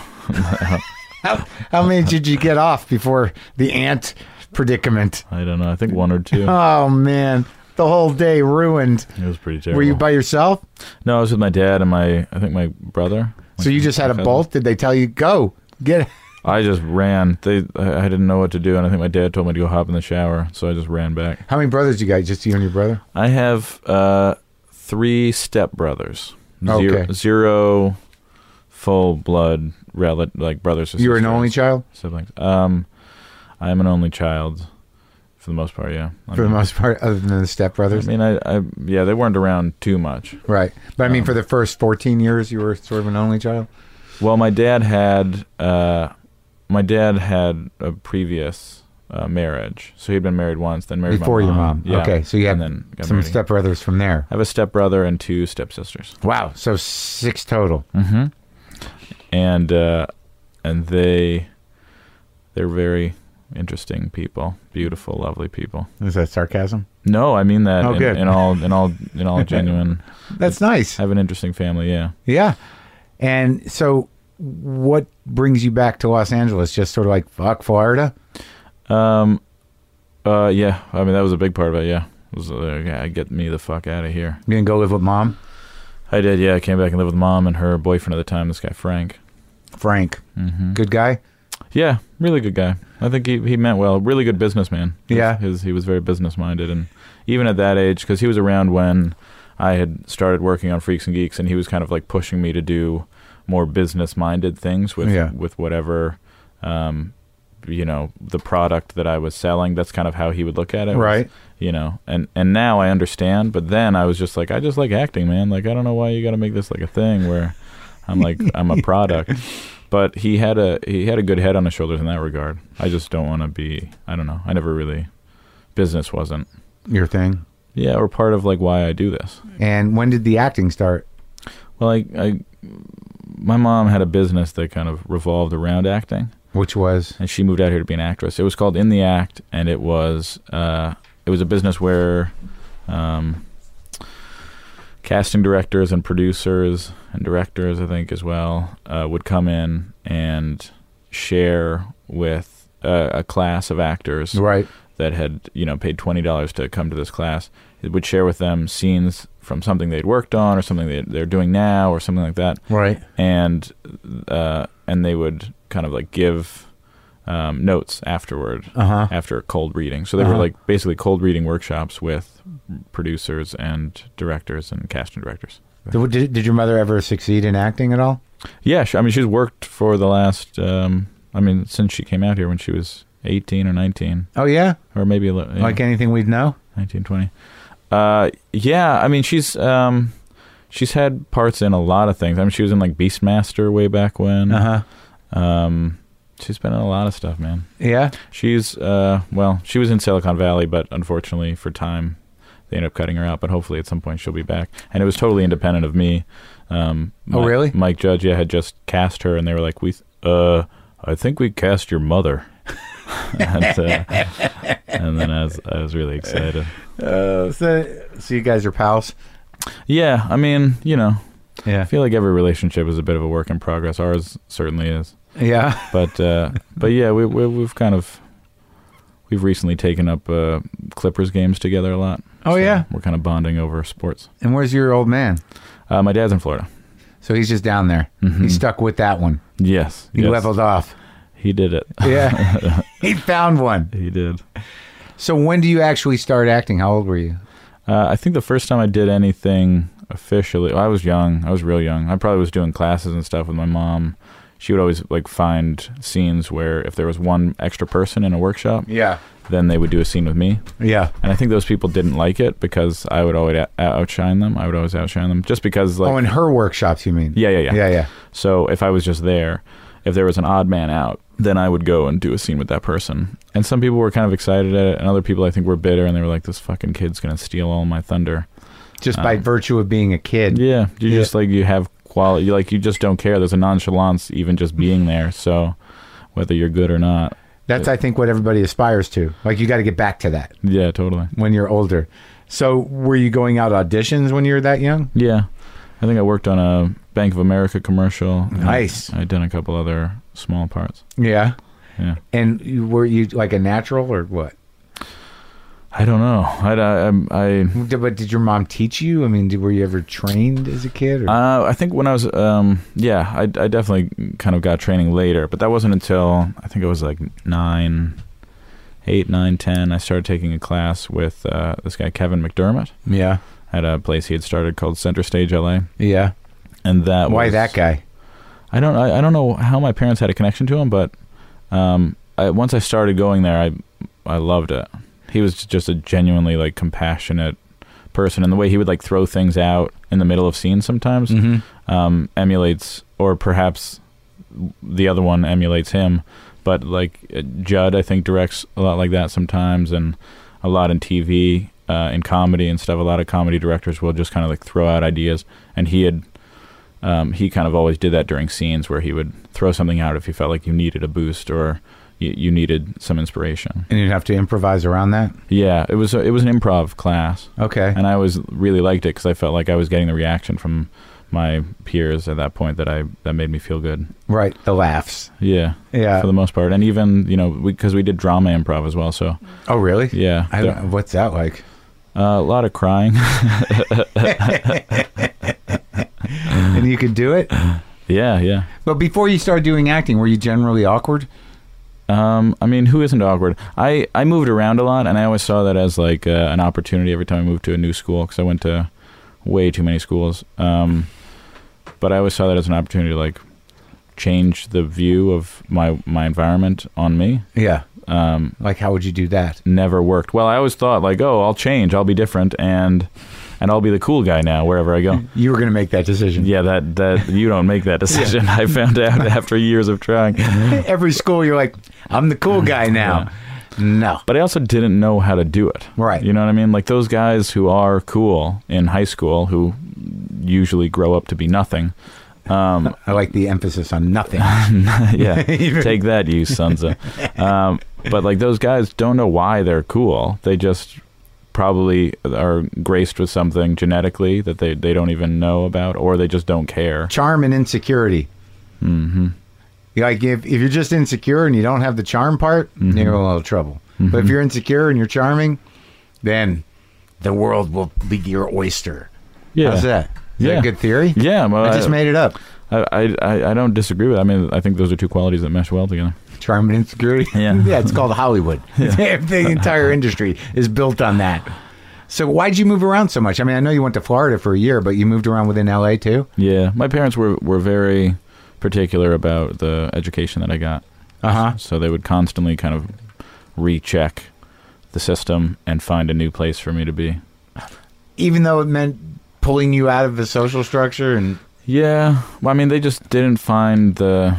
Speaker 5: Mm.
Speaker 1: How many did you get off before the ant predicament?
Speaker 5: I don't know. I think one or two.
Speaker 1: Oh man, the whole day ruined.
Speaker 5: It was pretty terrible.
Speaker 1: Were you by yourself?
Speaker 5: no, I was with my dad and my, I think my brother.
Speaker 1: So you just had a
Speaker 5: cousin.
Speaker 1: bolt? Did they tell you go get?
Speaker 5: I just ran. They, I I didn't know what to do, and I think my dad told me to go hop in the shower, so I just ran back.
Speaker 1: How many brothers you got? Just you and your brother?
Speaker 5: I have uh, three stepbrothers. Zero,
Speaker 1: Oh, Okay.
Speaker 5: zero full blood rel- like brothers. Or
Speaker 1: You were an
Speaker 5: sisters,
Speaker 1: only child
Speaker 5: siblings. Um, I am an only child, for the most part. Yeah, I
Speaker 1: for the
Speaker 5: mean,
Speaker 1: most part, other than the
Speaker 5: I
Speaker 1: stepbrothers,
Speaker 5: mean, I, I, yeah, they weren't around too much.
Speaker 1: right? But I
Speaker 5: um,
Speaker 1: mean, for the first fourteen years, you were sort of an only child.
Speaker 5: Well, my dad had uh, my dad had a previous uh, marriage, so he'd been married once, then married my
Speaker 1: Before your mom.
Speaker 5: Yeah.
Speaker 1: Okay, so you
Speaker 5: and
Speaker 1: had
Speaker 5: then got
Speaker 1: Some
Speaker 5: married.
Speaker 1: stepbrothers from there.
Speaker 5: I have a stepbrother and two stepsisters,
Speaker 1: Wow, so six total.
Speaker 5: and uh, and they they're very interesting people, beautiful, lovely people.
Speaker 1: Is that sarcasm?
Speaker 5: No, I mean that
Speaker 1: Oh,
Speaker 5: in,
Speaker 1: good.
Speaker 5: in all in all in all genuine.
Speaker 1: That's nice.
Speaker 5: I have an interesting family. Yeah.
Speaker 1: Yeah. And so, what brings you back to Los Angeles? Just sort of like fuck Florida.
Speaker 5: Um. Uh. Yeah. I mean, that was a big part of it. Yeah. It was uh, yeah, get me the fuck out of here.
Speaker 1: You didn't go live with mom,
Speaker 5: I did, yeah. I came back and lived with mom and her boyfriend at the time, this guy Frank.
Speaker 1: Frank. Good guy.
Speaker 5: Yeah, really good guy. I think he, he meant well. Really good businessman. His-
Speaker 1: Yeah.
Speaker 5: his, he was very business minded, and even at that age, because he was around when I had started working on Freaks and Geeks, and he was kind of like pushing me to do more business minded things with
Speaker 1: Yeah.
Speaker 5: with whatever, um, you know, the product that I was selling. That's kind of how he would look at it, was,
Speaker 1: Right.
Speaker 5: you know, and and now I understand, but then I was just like, I just like acting, man. Like I don't know why you got to make this like a thing where I'm like I'm a product. But he had a he had a good head on his shoulders in that regard. I just don't want to be. I don't know. I never really business wasn't
Speaker 1: your thing?
Speaker 5: Yeah, or part of like why I do this.
Speaker 1: And when did the acting start?
Speaker 5: Well, I, I my mom had a business that kind of revolved around acting.
Speaker 1: Which was
Speaker 5: and she moved out here to be an actress. It was called In the Act, and it was uh, it was a business where um, casting directors and producers and directors, I think as well, uh, would come in and share with uh, a class of actors
Speaker 1: right.
Speaker 5: that had you know paid twenty dollars to come to this class it would share with them scenes from something they'd worked on or something they they're doing now or something like that
Speaker 1: Right.
Speaker 5: and uh, and they would kind of like give um, notes afterward
Speaker 1: Uh-huh.
Speaker 5: after cold reading so they were
Speaker 1: Uh-huh.
Speaker 5: like basically cold reading workshops with producers and directors and casting directors
Speaker 1: Did, did, did your mother ever succeed in acting at all?
Speaker 5: yeah she, i mean she's worked for the last um, i mean since she came out here when she was 18 or 19
Speaker 1: Oh yeah,
Speaker 5: or maybe a little, yeah.
Speaker 1: like anything we'd know.
Speaker 5: 1920. Uh, yeah, I mean she's um, she's had parts in a lot of things. I mean she was in like Beastmaster way back when.
Speaker 1: Uh-huh.
Speaker 5: Um, she's been in a lot of stuff, man.
Speaker 1: Yeah.
Speaker 5: She's uh, well, she was in Silicon Valley, but unfortunately for time, they ended up cutting her out. But hopefully at some point she'll be back. And it was totally independent of me. Um,
Speaker 1: Oh,
Speaker 5: Mi-
Speaker 1: really?
Speaker 5: Mike Judge yeah, had just cast her, and they were like, we uh, I think we cast your mother. and, uh, and then I was I was really excited.
Speaker 1: Uh, so, so you guys are pals.
Speaker 5: Yeah, I mean, you know,
Speaker 1: Yeah.
Speaker 5: I feel like every relationship is a bit of a work in progress. Ours certainly is,
Speaker 1: Yeah.
Speaker 5: but uh, but yeah, we, we we've kind of we've recently taken up uh, Clippers games together a lot.
Speaker 1: Oh, yeah?
Speaker 5: we're kind of bonding over sports.
Speaker 1: And where's your old man?
Speaker 5: Uh, my dad's in Florida.
Speaker 1: So he's just down there. He's stuck with that one.
Speaker 5: Yes,
Speaker 1: He
Speaker 5: Mm-hmm. yes.
Speaker 1: leveled off.
Speaker 5: He did it.
Speaker 1: Yeah. he found one.
Speaker 5: he did.
Speaker 1: So when do you actually start acting? How old were you?
Speaker 5: Uh, I think the first time I did anything officially, I was young. I was real young. I probably was doing classes and stuff with my mom. She would always like find scenes where if there was one extra person in a workshop,
Speaker 1: Yeah.
Speaker 5: then they would do a scene with me.
Speaker 1: Yeah.
Speaker 5: And I think those people didn't like it because I would always out- outshine them. I would always outshine them just because, like,
Speaker 1: oh, in her workshops, you mean?
Speaker 5: yeah, yeah, yeah,
Speaker 1: Yeah. Yeah.
Speaker 5: So if I was just there, if there was an odd man out, then I would go and do a scene with that person. And some people were kind of excited at it, and other people I think were bitter, and they were like, "This fucking kid's gonna steal all my thunder."
Speaker 1: Just
Speaker 5: Uh,
Speaker 1: by virtue of being a kid.
Speaker 5: Yeah, you just like you have quality, you, like you just don't care. There's a nonchalance even just being there. So whether you're good or not,
Speaker 1: That's, I think, what everybody aspires to. Like, you got to get back to that
Speaker 5: yeah, totally.
Speaker 1: when you're older. So, were you going out auditions when you were that young?
Speaker 5: Yeah. I think I worked on a Bank of America commercial. and
Speaker 1: Nice.
Speaker 5: I'd done a couple other small parts.
Speaker 1: Yeah.
Speaker 5: Yeah.
Speaker 1: And you- were you like a natural or what?
Speaker 5: I don't know. I, I, I'm- I,
Speaker 1: Did- But did your mom teach you? I mean, did, were you ever trained as a kid? Or?
Speaker 5: uh, I think when I was, um, yeah, I, I definitely kind of got training later, but that wasn't until I think I was like nine, eight, nine, ten. I started taking a class with uh, this guy, Kevin McDermott,
Speaker 1: yeah.
Speaker 5: at a place he had started called Center Stage LA.
Speaker 1: Yeah.
Speaker 5: And that
Speaker 1: Why
Speaker 5: was,
Speaker 1: that guy?
Speaker 5: I don't I, I don't know how my parents had a connection to him, but um, I, once I started going there, I I loved it. He was just a genuinely like compassionate person, and the way he would like throw things out in the middle of scenes sometimes um, emulates, or perhaps the other one emulates him. But like uh, Judd, I think directs a lot like that sometimes, and a lot in TV, uh, in comedy and stuff. A lot of comedy directors will just kind of like throw out ideas, and he had um, he kind of always did that during scenes where he would throw something out if he felt like you needed a boost or you, you needed some inspiration.
Speaker 1: And you'd have to improvise around that?
Speaker 5: Yeah, it was a, it was an improv class,
Speaker 1: Okay.
Speaker 5: and I always really liked it because I felt like I was getting the reaction from my peers at that point that I that made me feel good.
Speaker 1: Right. The laughs.
Speaker 5: Yeah,
Speaker 1: Yeah.
Speaker 5: for the most part, and even you know because we, did drama improv as well, so
Speaker 1: Oh, really?
Speaker 5: yeah,
Speaker 1: I
Speaker 5: there-
Speaker 1: don't, what's that like?
Speaker 5: uh, a lot of crying.
Speaker 1: And you could do it?
Speaker 5: yeah, yeah.
Speaker 1: But before you started doing acting, were you generally awkward?
Speaker 5: Um, I mean, who isn't awkward? I, I moved around a lot, and I always saw that as like uh, an opportunity every time I moved to a new school because I went to way too many schools. Um, but I always saw that as an opportunity to like change the view of my my environment on me.
Speaker 1: Yeah. Um, like, how would you do that?
Speaker 5: Never worked. Well, I always thought like, oh, I'll change, I'll be different, and and I'll be the cool guy now wherever I go.
Speaker 1: You were going to make that decision.
Speaker 5: Yeah, that that you don't make that decision. I found out after years of trying.
Speaker 1: Every school, you're like, I'm the cool guy now. No.
Speaker 5: But I also didn't know how to do it.
Speaker 1: Right.
Speaker 5: You know what I mean? Like those guys who are cool in high school who usually grow up to be nothing.
Speaker 1: I like the emphasis on nothing.
Speaker 5: yeah. Take that, you sons of. Um, but like those guys don't know why they're cool. They just probably are graced with something genetically that they, they don't even know about or they just don't care.
Speaker 1: charm and insecurity. Mm-hmm. Like if, if you're just insecure and you don't have the charm part,
Speaker 5: Mm-hmm.
Speaker 1: you're in a little trouble. But if you're insecure and you're charming, then the world will be your oyster.
Speaker 5: Yeah.
Speaker 1: How's that? Is that
Speaker 5: Yeah.
Speaker 1: a good theory?
Speaker 5: Yeah, Uh, well,
Speaker 1: I just
Speaker 5: I-
Speaker 1: made it up.
Speaker 5: I, I- I, I don't disagree with. I mean, I think those are two qualities that mesh well together.
Speaker 1: Charm and insecurity.
Speaker 5: Yeah.
Speaker 1: yeah, it's called Hollywood. the entire industry is built on that. So why'd you move around so much? I mean, I know you went to Florida for a year, but you moved around within LA too.
Speaker 5: Yeah, my parents were were very particular about the education that I got.
Speaker 1: Uh-huh.
Speaker 5: So they would constantly kind of recheck the system and find a new place for me to be.
Speaker 1: Even though it meant pulling you out of the social structure and
Speaker 5: Yeah, well, I mean, they just didn't find the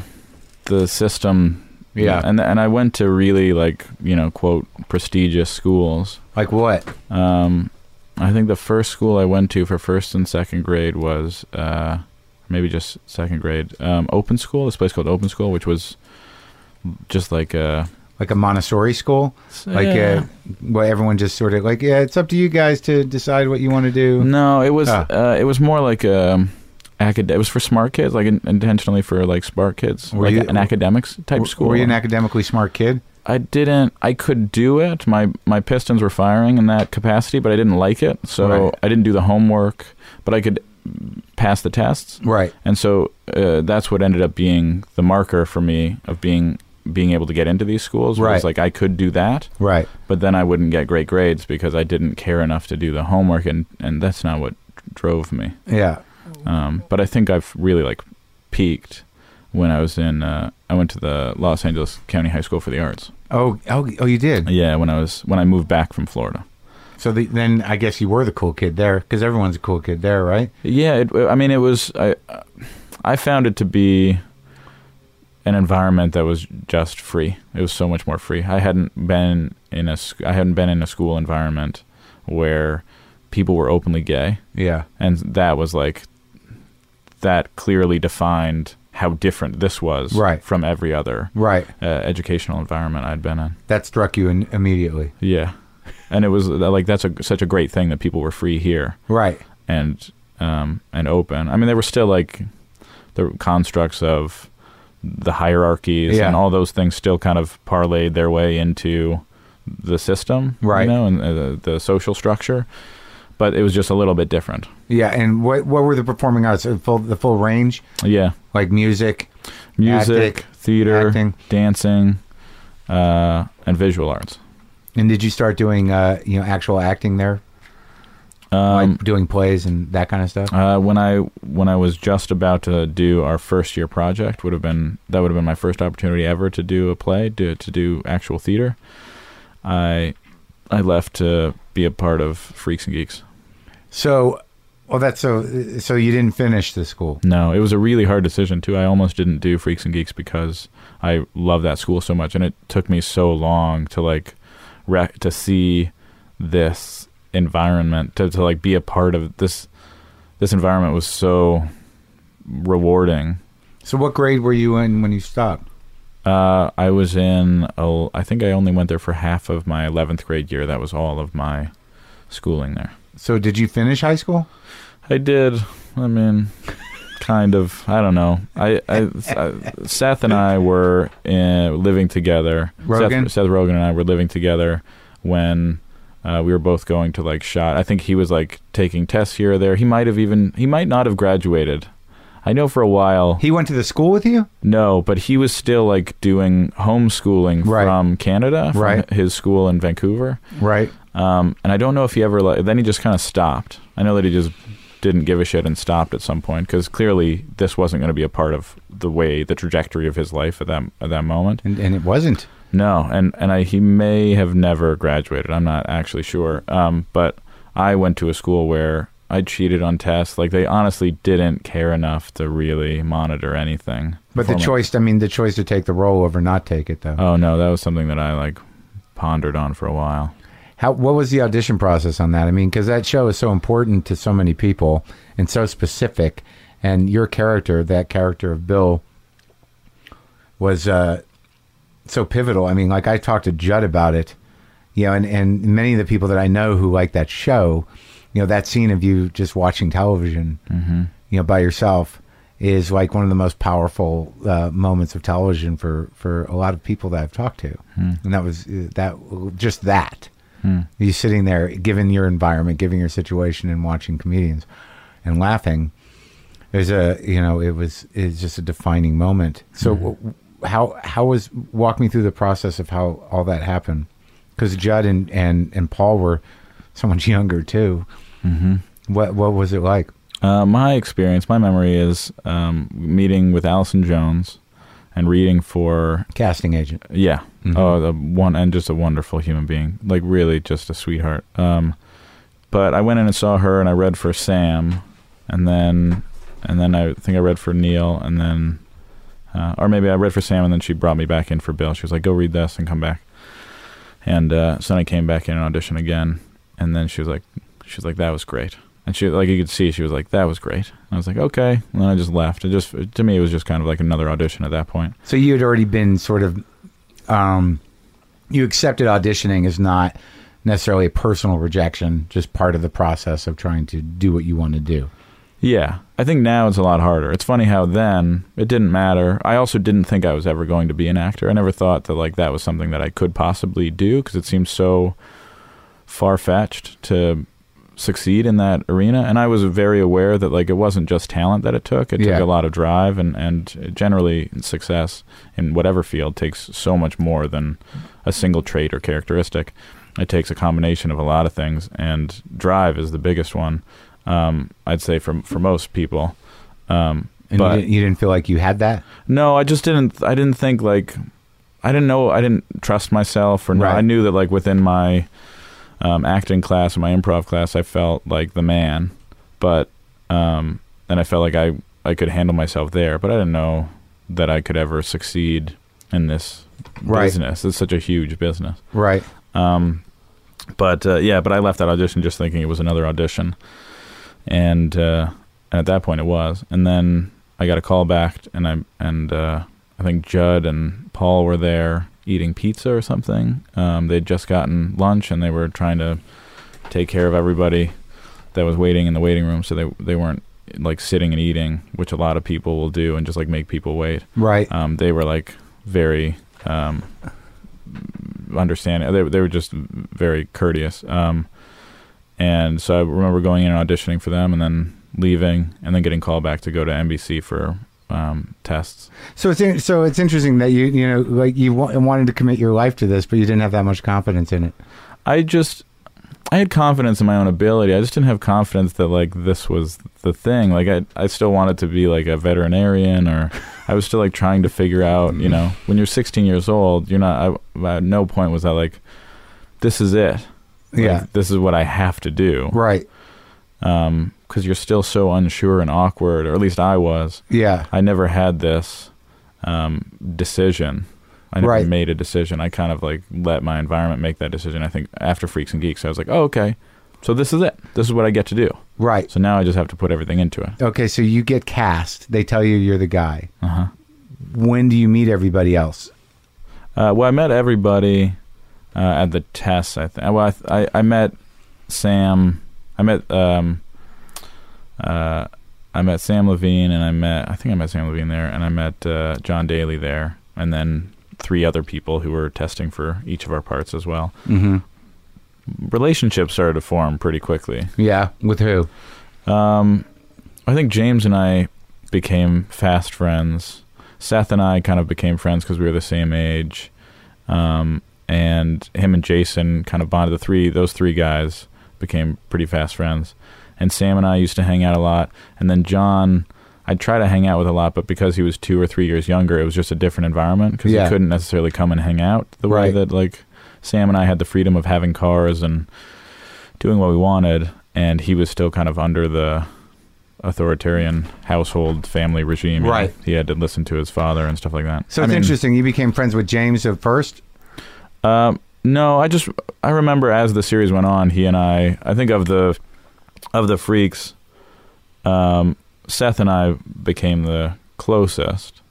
Speaker 5: the system.
Speaker 1: Yeah.
Speaker 5: and and I went to really like you know quote prestigious schools.
Speaker 1: like what?
Speaker 5: Um, I think the first school I went to for first and second grade was uh, maybe just second grade. Um, open school, this place called Open School, which was just like a
Speaker 1: Like a Montessori school? like
Speaker 5: yeah.
Speaker 1: uh, well everyone just sort of like yeah it's up to you guys to decide what you want to do
Speaker 5: no, it was
Speaker 1: Ah.
Speaker 5: uh, it was more like a acad- It was for smart kids, like in- intentionally for like smart kids,
Speaker 1: Were
Speaker 5: like
Speaker 1: you-
Speaker 5: an academics type
Speaker 1: W-
Speaker 5: school.
Speaker 1: were you an academically smart kid
Speaker 5: I didn't. I could do it. My my pistons were firing in that capacity, but I didn't like it, so
Speaker 1: Right.
Speaker 5: I didn't do the homework. But I could pass the tests.
Speaker 1: right
Speaker 5: and so uh, that's what ended up being the marker for me of being being able to get into these schools
Speaker 1: Right.
Speaker 5: was like I could do that,
Speaker 1: right
Speaker 5: but then I wouldn't get great grades because I didn't care enough to do the homework, and and that's not what drove me.
Speaker 1: yeah
Speaker 5: Um, but I think I've really like peaked when I was in. Uh, I went to the Los Angeles County High School for the Arts.
Speaker 1: oh oh, oh you did
Speaker 5: Yeah, when I was when I moved back from Florida.
Speaker 1: so the, then i guess you were the cool kid there because everyone's a cool kid there right
Speaker 5: Yeah, it, I mean, it was. I I found it to be an environment that was just free. It was so much more free. I hadn't been in a sc- I hadn't been in a school environment where people were openly gay,
Speaker 1: yeah
Speaker 5: and that was like that clearly defined how different this was
Speaker 1: Right.
Speaker 5: from every other
Speaker 1: right
Speaker 5: uh, educational environment I'd been in.
Speaker 1: that struck you in, immediately
Speaker 5: Yeah, and it was uh, like that's a, such a great thing that people were free here
Speaker 1: right
Speaker 5: and um, and open. I mean, there were still like the constructs of the hierarchies
Speaker 1: Yeah.
Speaker 5: and all those things still kind of parlayed their way into the system,
Speaker 1: Right.
Speaker 5: You know, and uh, the social structure, but it was just a little bit different.
Speaker 1: yeah and what what were the performing arts Uh, full, the full range
Speaker 5: Yeah,
Speaker 1: like music
Speaker 5: music,
Speaker 1: Acting,
Speaker 5: theater,
Speaker 1: acting.
Speaker 5: dancing, uh, and visual arts.
Speaker 1: and did you start doing uh you know actual acting there
Speaker 5: Um,
Speaker 1: like doing plays and that kind of stuff
Speaker 5: Uh, when I when I was just about to do our first year project, would have been that would have been my first opportunity ever to do a play, to to do actual theater. I I left to be a part of Freaks and Geeks.
Speaker 1: so well that's so so you didn't finish the school
Speaker 5: No, it was a really hard decision too. I almost didn't do Freaks and Geeks because I love that school so much, and it took me so long to like rec- to see this environment to to like be a part of this. This environment was so rewarding
Speaker 1: So what grade were you in when you stopped?
Speaker 5: Uh, I was in. el- I think I only went there for half of my eleventh grade year. That was all of my schooling there.
Speaker 1: So did you finish high school?
Speaker 5: I did. I mean, kind of. I don't know. I, I, I Seth and I were uh living together.
Speaker 1: Rogen?
Speaker 5: Seth, Seth Rogen and I were living together when uh, we were both going to like shot. I think he was like taking tests here or there. He might have even. He might not have graduated. I know for a while
Speaker 1: He went to the school with you?
Speaker 5: No, but he was still like doing homeschooling
Speaker 1: Right.
Speaker 5: from Canada, from
Speaker 1: Right.
Speaker 5: his school in Vancouver.
Speaker 1: Right.
Speaker 5: Um, and I don't know if he ever like. Then he just kind of stopped. I know that he just didn't give a shit and stopped at some point because clearly this wasn't going to be a part of the way the trajectory of his life at that at that moment.
Speaker 1: And and it wasn't.
Speaker 5: No, and and I, he may have never graduated. I'm not actually sure. Um, but I went to a school where I cheated on tests. Like they honestly didn't care enough to really monitor anything.
Speaker 1: But the
Speaker 5: Formal-
Speaker 1: choice, I mean, the choice to take the role over not take it, though.
Speaker 5: Oh no, that was something that I like pondered on for a while.
Speaker 1: How what was the audition process on that? I mean, because that show is so important to so many people and so specific, and your character, that character of Bill, was uh, so pivotal. I mean, like I talked to Judd about it, you know, and and many of the people that I know who like that show, you know, that scene of you just watching television, you know, by yourself is like one of the most powerful uh, moments of television for for a lot of people that I've talked to, and that was uh, that just that you sitting there, given your environment, given your situation, and watching comedians and laughing. There's a you know it was it's just a defining moment. So w how how was walk me through the process of how all that happened? Because Judd and, and and Paul were so much younger too.
Speaker 5: Hmm.
Speaker 1: Mm-hmm. What what was it like?
Speaker 5: Uh, my experience, my memory is um, meeting with Allison Jones and reading for
Speaker 1: Casting agent.
Speaker 5: Yeah. Oh, the one and just a wonderful human being. Like really, just a sweetheart. Um, but I went in and saw her, and I read for Sam, and then, and then I think I read for Neil, and then, uh, or maybe I read for Sam, and then she brought me back in for Bill. She was like, "Go read this and come back." And uh, so then I came back in and auditioned again, and then she was like, she was like, "That was great." And she like you could see she was like, "That was great." And I was like, "Okay," and then I just left. It just to me it was just kind of like another audition at that point.
Speaker 1: So you had already been sort of, um, you accepted auditioning as not necessarily a personal rejection, just part of the process of trying to do what you want to do.
Speaker 5: Yeah. I think now it's a lot harder. It's funny how then it didn't matter. I also didn't think I was ever going to be an actor. I never thought that like that was something that I could possibly do because it seemed so far-fetched to succeed in that arena and I was very aware that like it wasn't just talent that it took. It
Speaker 1: Yeah.
Speaker 5: took a lot of drive and and generally success in whatever field takes so much more than a single trait or characteristic. It takes a combination of a lot of things and drive is the biggest one um, I'd say for for most people. Um,
Speaker 1: And
Speaker 5: but
Speaker 1: you, didn't, you didn't feel like you had that.
Speaker 5: no, I just didn't. I didn't think like I didn't know. I didn't trust myself, or no,
Speaker 1: Right.
Speaker 5: I knew that like within my um, acting class and my improv class, I felt like the man, but um, and I felt like I I could handle myself there, but I didn't know that I could ever succeed in this
Speaker 1: Right.
Speaker 5: business. It's such a huge business.
Speaker 1: Right.
Speaker 5: Um, but uh, yeah, but I left that audition just thinking it was another audition, and uh, and at that point it was. And then I got a call back, and I and uh, I think Judd and Paul were there eating pizza or something. Um, they'd just gotten lunch, and they were trying to take care of everybody that was waiting in the waiting room, so they they weren't like sitting and eating, which a lot of people will do, and just like make people wait
Speaker 1: Right.
Speaker 5: um, they were like very um, understanding. They they were just very courteous. Um, and so I remember going in and auditioning for them, and then leaving, and then getting called back to go to NBC for um, tests.
Speaker 1: So it's in, so it's interesting that you you know like you wa- wanted to commit your life to this, but you didn't have that much confidence in it.
Speaker 5: I just I had confidence in my own ability. I just didn't have confidence that like this was the thing. Like I I still wanted to be like a veterinarian or I was still like trying to figure out, you know, when you're 16 years old, you're not I, at no point was I like this is it. Like,
Speaker 1: Yeah.
Speaker 5: This is what I have to do.
Speaker 1: Right.
Speaker 5: Um cuz you're still so unsure and awkward or at least I was.
Speaker 1: Yeah.
Speaker 5: I never had this um, decision. I never
Speaker 1: Right.
Speaker 5: made a decision. I kind of like let my environment make that decision. I think after Freaks and Geeks, I was like, oh, okay, so this is it. This is what I get to do.
Speaker 1: Right.
Speaker 5: So now I just have to put everything into it.
Speaker 1: Okay, so you get cast. They tell you you're the guy.
Speaker 5: Uh-huh.
Speaker 1: When do you meet everybody else?
Speaker 5: Uh, well, I met everybody uh, at the test. I think. Well, I, th- I I met Sam. I met um. Uh, I met Sam Levine, and I met I think I met Sam Levine there, and I met uh, John Daly there, and then three other people who were testing for each of our parts as well.
Speaker 1: Mm-hmm.
Speaker 5: Relationships started to form pretty quickly.
Speaker 1: Yeah, with who?
Speaker 5: Um, I think James and I became fast friends. Seth and I kind of became friends because we were the same age. Um, and him and Jason kind of bonded. The three, those three guys became pretty fast friends. And Sam and I used to hang out a lot. And then John, I'd try to hang out with a lot, but because he was two or three years younger, it was just a different environment because
Speaker 1: Yeah.
Speaker 5: he couldn't necessarily come and hang out the way
Speaker 1: Right.
Speaker 5: that like Sam and I had the freedom of having cars and doing what we wanted, and he was still kind of under the authoritarian household family regime. you know.
Speaker 1: Right.
Speaker 5: He had to listen to his father and stuff like that.
Speaker 1: So
Speaker 5: I
Speaker 1: it's
Speaker 5: mean,
Speaker 1: interesting. You became friends with James at first.
Speaker 5: Um, No, I just I remember as the series went on, he and I I think of the of the freaks, um, Seth and I became the closest,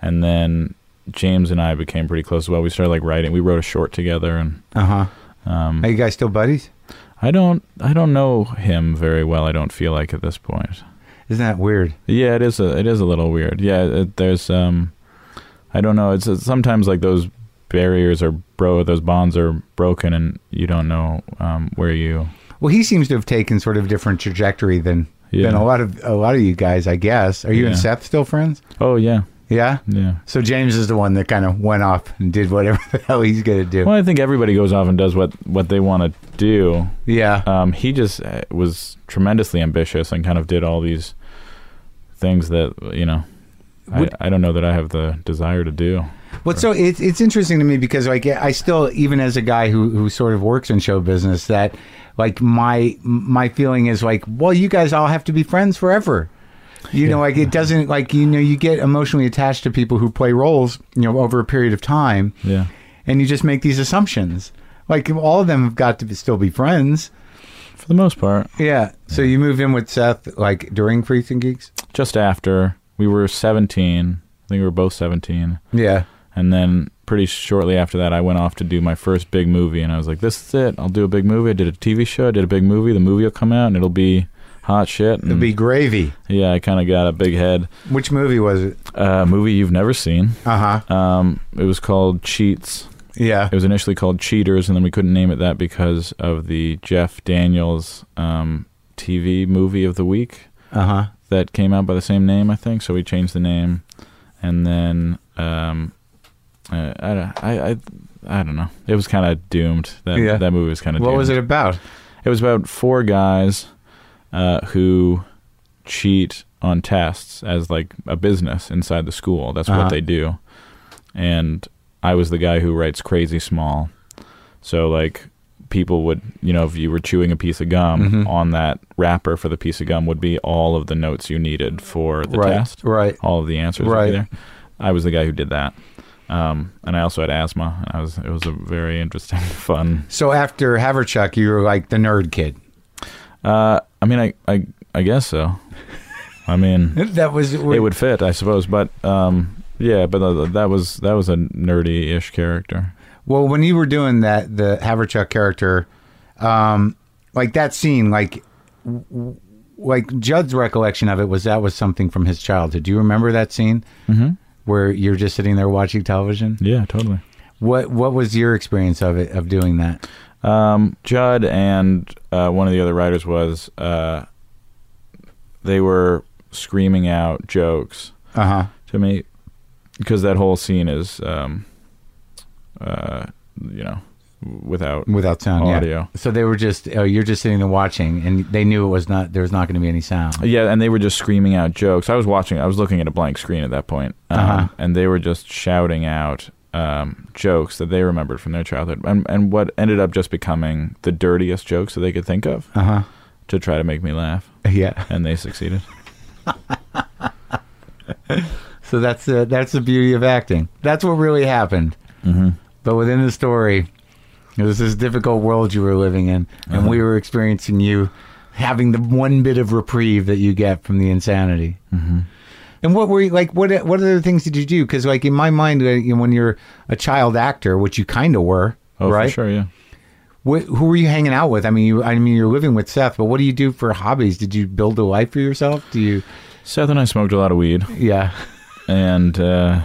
Speaker 5: and then James and I became pretty close as well. We started like writing. We wrote a short together, and
Speaker 1: Uh huh.
Speaker 5: um,
Speaker 1: Are you guys still buddies?
Speaker 5: I don't I don't know him very well. I don't feel like at this point.
Speaker 1: Isn't that weird?
Speaker 5: Yeah, it is a it is a little weird. Yeah, it, there's um, I don't know. It's, it's sometimes like those barriers are bro, those bonds are broken, and you don't know um where you.
Speaker 1: Well, he seems to have taken sort of a different trajectory than
Speaker 5: Yeah.
Speaker 1: than a lot of a lot of you guys, I guess. Are you and
Speaker 5: Yeah.
Speaker 1: Seth still friends?
Speaker 5: Oh yeah,
Speaker 1: Yeah.
Speaker 5: yeah.
Speaker 1: So James is the one that kind of went off and did whatever the hell he's gonna do.
Speaker 5: Well, I think everybody goes off and does what what they want to do.
Speaker 1: Yeah.
Speaker 5: Um, he just uh, was tremendously ambitious and kind of did all these things that you know. I,
Speaker 1: Would-
Speaker 5: I don't know that I have the desire to do.
Speaker 1: Well, so it's it's interesting to me because like I still even as a guy who who sort of works in show business that like my my feeling is like well you guys all have to be friends forever. You know, like it doesn't like you know you get emotionally attached to people who play roles you know over a period of time,
Speaker 5: Yeah.
Speaker 1: and you just make these assumptions. Like all of them have got to be, still be friends.
Speaker 5: For the most part,
Speaker 1: Yeah. So you move in with Seth like during Freaks and Geeks.
Speaker 5: just after we were 17, I think we were both 17.
Speaker 1: Yeah.
Speaker 5: And then pretty shortly after that, I went off to do my first big movie, and I was like, "This is it. I'll do a big movie. I did a TV show. I did a big movie. The movie will come out, and it'll be hot shit."
Speaker 1: It'd
Speaker 5: And,
Speaker 1: be gravy.
Speaker 5: yeah, I kind of got a big head.
Speaker 1: Mm. Which movie was it?
Speaker 5: Uh, movie you've never seen.
Speaker 1: Uh huh.
Speaker 5: Um, it was called Cheats.
Speaker 1: Yeah.
Speaker 5: It was initially called Cheaters, and then we couldn't name it that because of the Jeff Daniels um, TV movie of the week.
Speaker 1: Uh huh.
Speaker 5: that came out by the same name, I think. So we changed the name, and then um, uh, I, don't- I, I, I don't know. It was kind of doomed. That
Speaker 1: Yeah.
Speaker 5: that movie was kind of.
Speaker 1: What was it about?
Speaker 5: It was about four guys uh, who cheat on tests as like a business inside the school. That's
Speaker 1: Uh-huh.
Speaker 5: what they do. And I was the guy who writes crazy small. So like people would, you know, if you were chewing a piece of gum
Speaker 1: Mhm.
Speaker 5: on that wrapper for the piece of gum would be all of the notes you needed for the
Speaker 1: right.
Speaker 5: test.
Speaker 1: Right.
Speaker 5: All of the answers would
Speaker 1: Right.
Speaker 5: be there. I was the guy who did that. Um, and I also had asthma and I was it was a very interesting fun
Speaker 1: So after Haverchuck, you were like the nerd kid.
Speaker 5: Uh, I mean, I, I, I guess so. I mean,
Speaker 1: That was it.
Speaker 5: it would fit, I suppose. But um, yeah, but uh, that was that was a nerdy-ish character.
Speaker 1: well when you were doing that the Haverchuck character, um, like that scene, like w- w- like Judd's recollection of it was that was something from his childhood. Do you remember that scene
Speaker 5: Mm-hmm.
Speaker 1: where you're just sitting there watching television?
Speaker 5: Yeah, totally.
Speaker 1: What what was your experience of it of doing that?
Speaker 5: Um, Judd and uh, one of the other writers was uh, they were screaming out jokes
Speaker 1: Uh huh.
Speaker 5: to me because that whole scene is, um, uh, you know, without
Speaker 1: Without sound, yeah.
Speaker 5: Audio.
Speaker 1: So they were just oh, you're just sitting there watching, and they knew it was not there was not going to be any sound.
Speaker 5: Yeah, and they were just screaming out jokes. I was watching. I was looking at a blank screen at that point, um,
Speaker 1: Uh-huh.
Speaker 5: and they were just shouting out um, jokes that they remembered from their childhood, and and what ended up just becoming the dirtiest jokes that they could think of
Speaker 1: Uh huh.
Speaker 5: to try to make me laugh,
Speaker 1: Yeah.
Speaker 5: and they succeeded.
Speaker 1: So that's the that's the beauty of acting. That's what really happened.
Speaker 5: Mm-hmm.
Speaker 1: But within the story, it was this difficult world you were living in, and
Speaker 5: Uh-huh.
Speaker 1: we were experiencing you having the one bit of reprieve that you get from the insanity. Mm-hmm. And what were you like? What what other things did you do? Because like in my mind, uh, you know, when you're a child actor, which you kind of were,
Speaker 5: Oh,
Speaker 1: right?
Speaker 5: for sure, yeah.
Speaker 1: What, who were you hanging out with? I mean, you, I mean, you're living with Seth, but what do you do for hobbies? Did you build a life for yourself? Do you?
Speaker 5: Seth and I smoked a lot of weed,
Speaker 1: Yeah.
Speaker 5: and uh,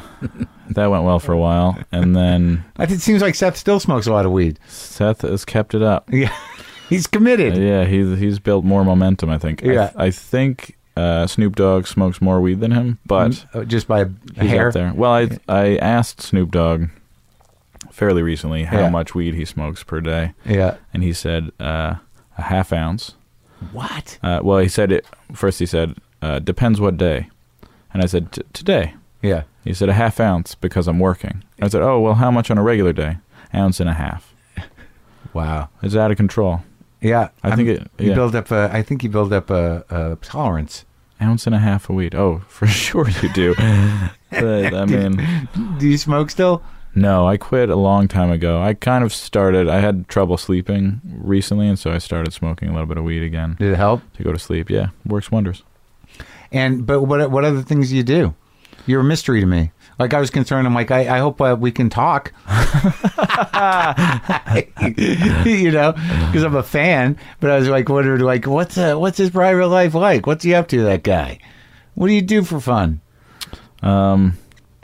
Speaker 5: that went well for a while, and then
Speaker 1: I think It seems like Seth still smokes a lot of weed.
Speaker 5: Seth has kept it up.
Speaker 1: Yeah, he's committed.
Speaker 5: Yeah, he's he's built more momentum. I think. I,
Speaker 1: Yeah.
Speaker 5: th- I think uh, Snoop Dogg smokes more weed than him, but.
Speaker 1: Uh, just by a
Speaker 5: He's
Speaker 1: hair.
Speaker 5: up there. Well, I I asked Snoop Dogg fairly recently how
Speaker 1: Yeah.
Speaker 5: much weed he smokes per day,
Speaker 1: Yeah.
Speaker 5: and he said uh, a half ounce.
Speaker 1: What?
Speaker 5: Uh, well, he said it first. He said uh, depends what day, and I said "T- today.
Speaker 1: Yeah.
Speaker 5: He said a half ounce because I'm working. I said, oh well, how much on a regular day? Ounce and a half.
Speaker 1: Wow.
Speaker 5: It's out of control.
Speaker 1: Yeah.
Speaker 5: I
Speaker 1: I'm-
Speaker 5: think it-
Speaker 1: you
Speaker 5: yeah.
Speaker 1: build up a. I think you build up a, a tolerance.
Speaker 5: Ounce and a half of weed. Oh, for sure you do. But, I mean,
Speaker 1: Do you smoke still?
Speaker 5: No, I quit a long time ago. I kind of started. I had trouble sleeping recently, and so I started smoking a little bit of weed again
Speaker 1: Did it help?
Speaker 5: to go to sleep. Yeah, works wonders.
Speaker 1: And but what what other things do you do? You're a mystery to me. Like I was concerned. I'm like I, I hope uh, we can talk. you know, because I'm a fan. But I was like wondering, like what's uh, what's his private life like? What's he up to? That guy. What do you do for fun?
Speaker 5: Um,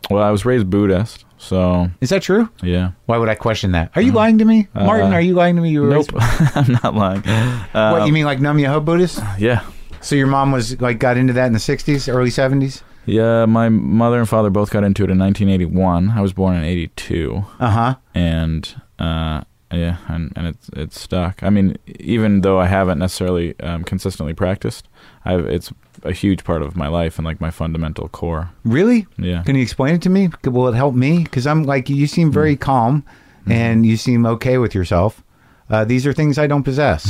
Speaker 5: well, I was raised Buddhist, so
Speaker 1: Is that true?
Speaker 5: yeah.
Speaker 1: Why would I question that? Mm-hmm. Uh, Are you lying to me, Martin? Are you lying to me? You were
Speaker 5: Nope, I'm not lying. Uh,
Speaker 1: What you mean, like numb your hoe Buddhist?
Speaker 5: yeah,
Speaker 1: So your mom was like got into that in the '60s, early '70s.
Speaker 5: yeah. My mother and father both got into it in 1981. I was born in 82.
Speaker 1: Uh huh.
Speaker 5: and uh, yeah, and, and it's it's stuck. I mean, even though I haven't necessarily um, consistently practiced, I've it's a huge part of my life and like my fundamental core.
Speaker 1: Really?
Speaker 5: Yeah.
Speaker 1: Can you explain it to me? Could- Will it help me? Because I'm like, you seem very calm, and you seem okay with yourself. Uh, these are things I don't possess.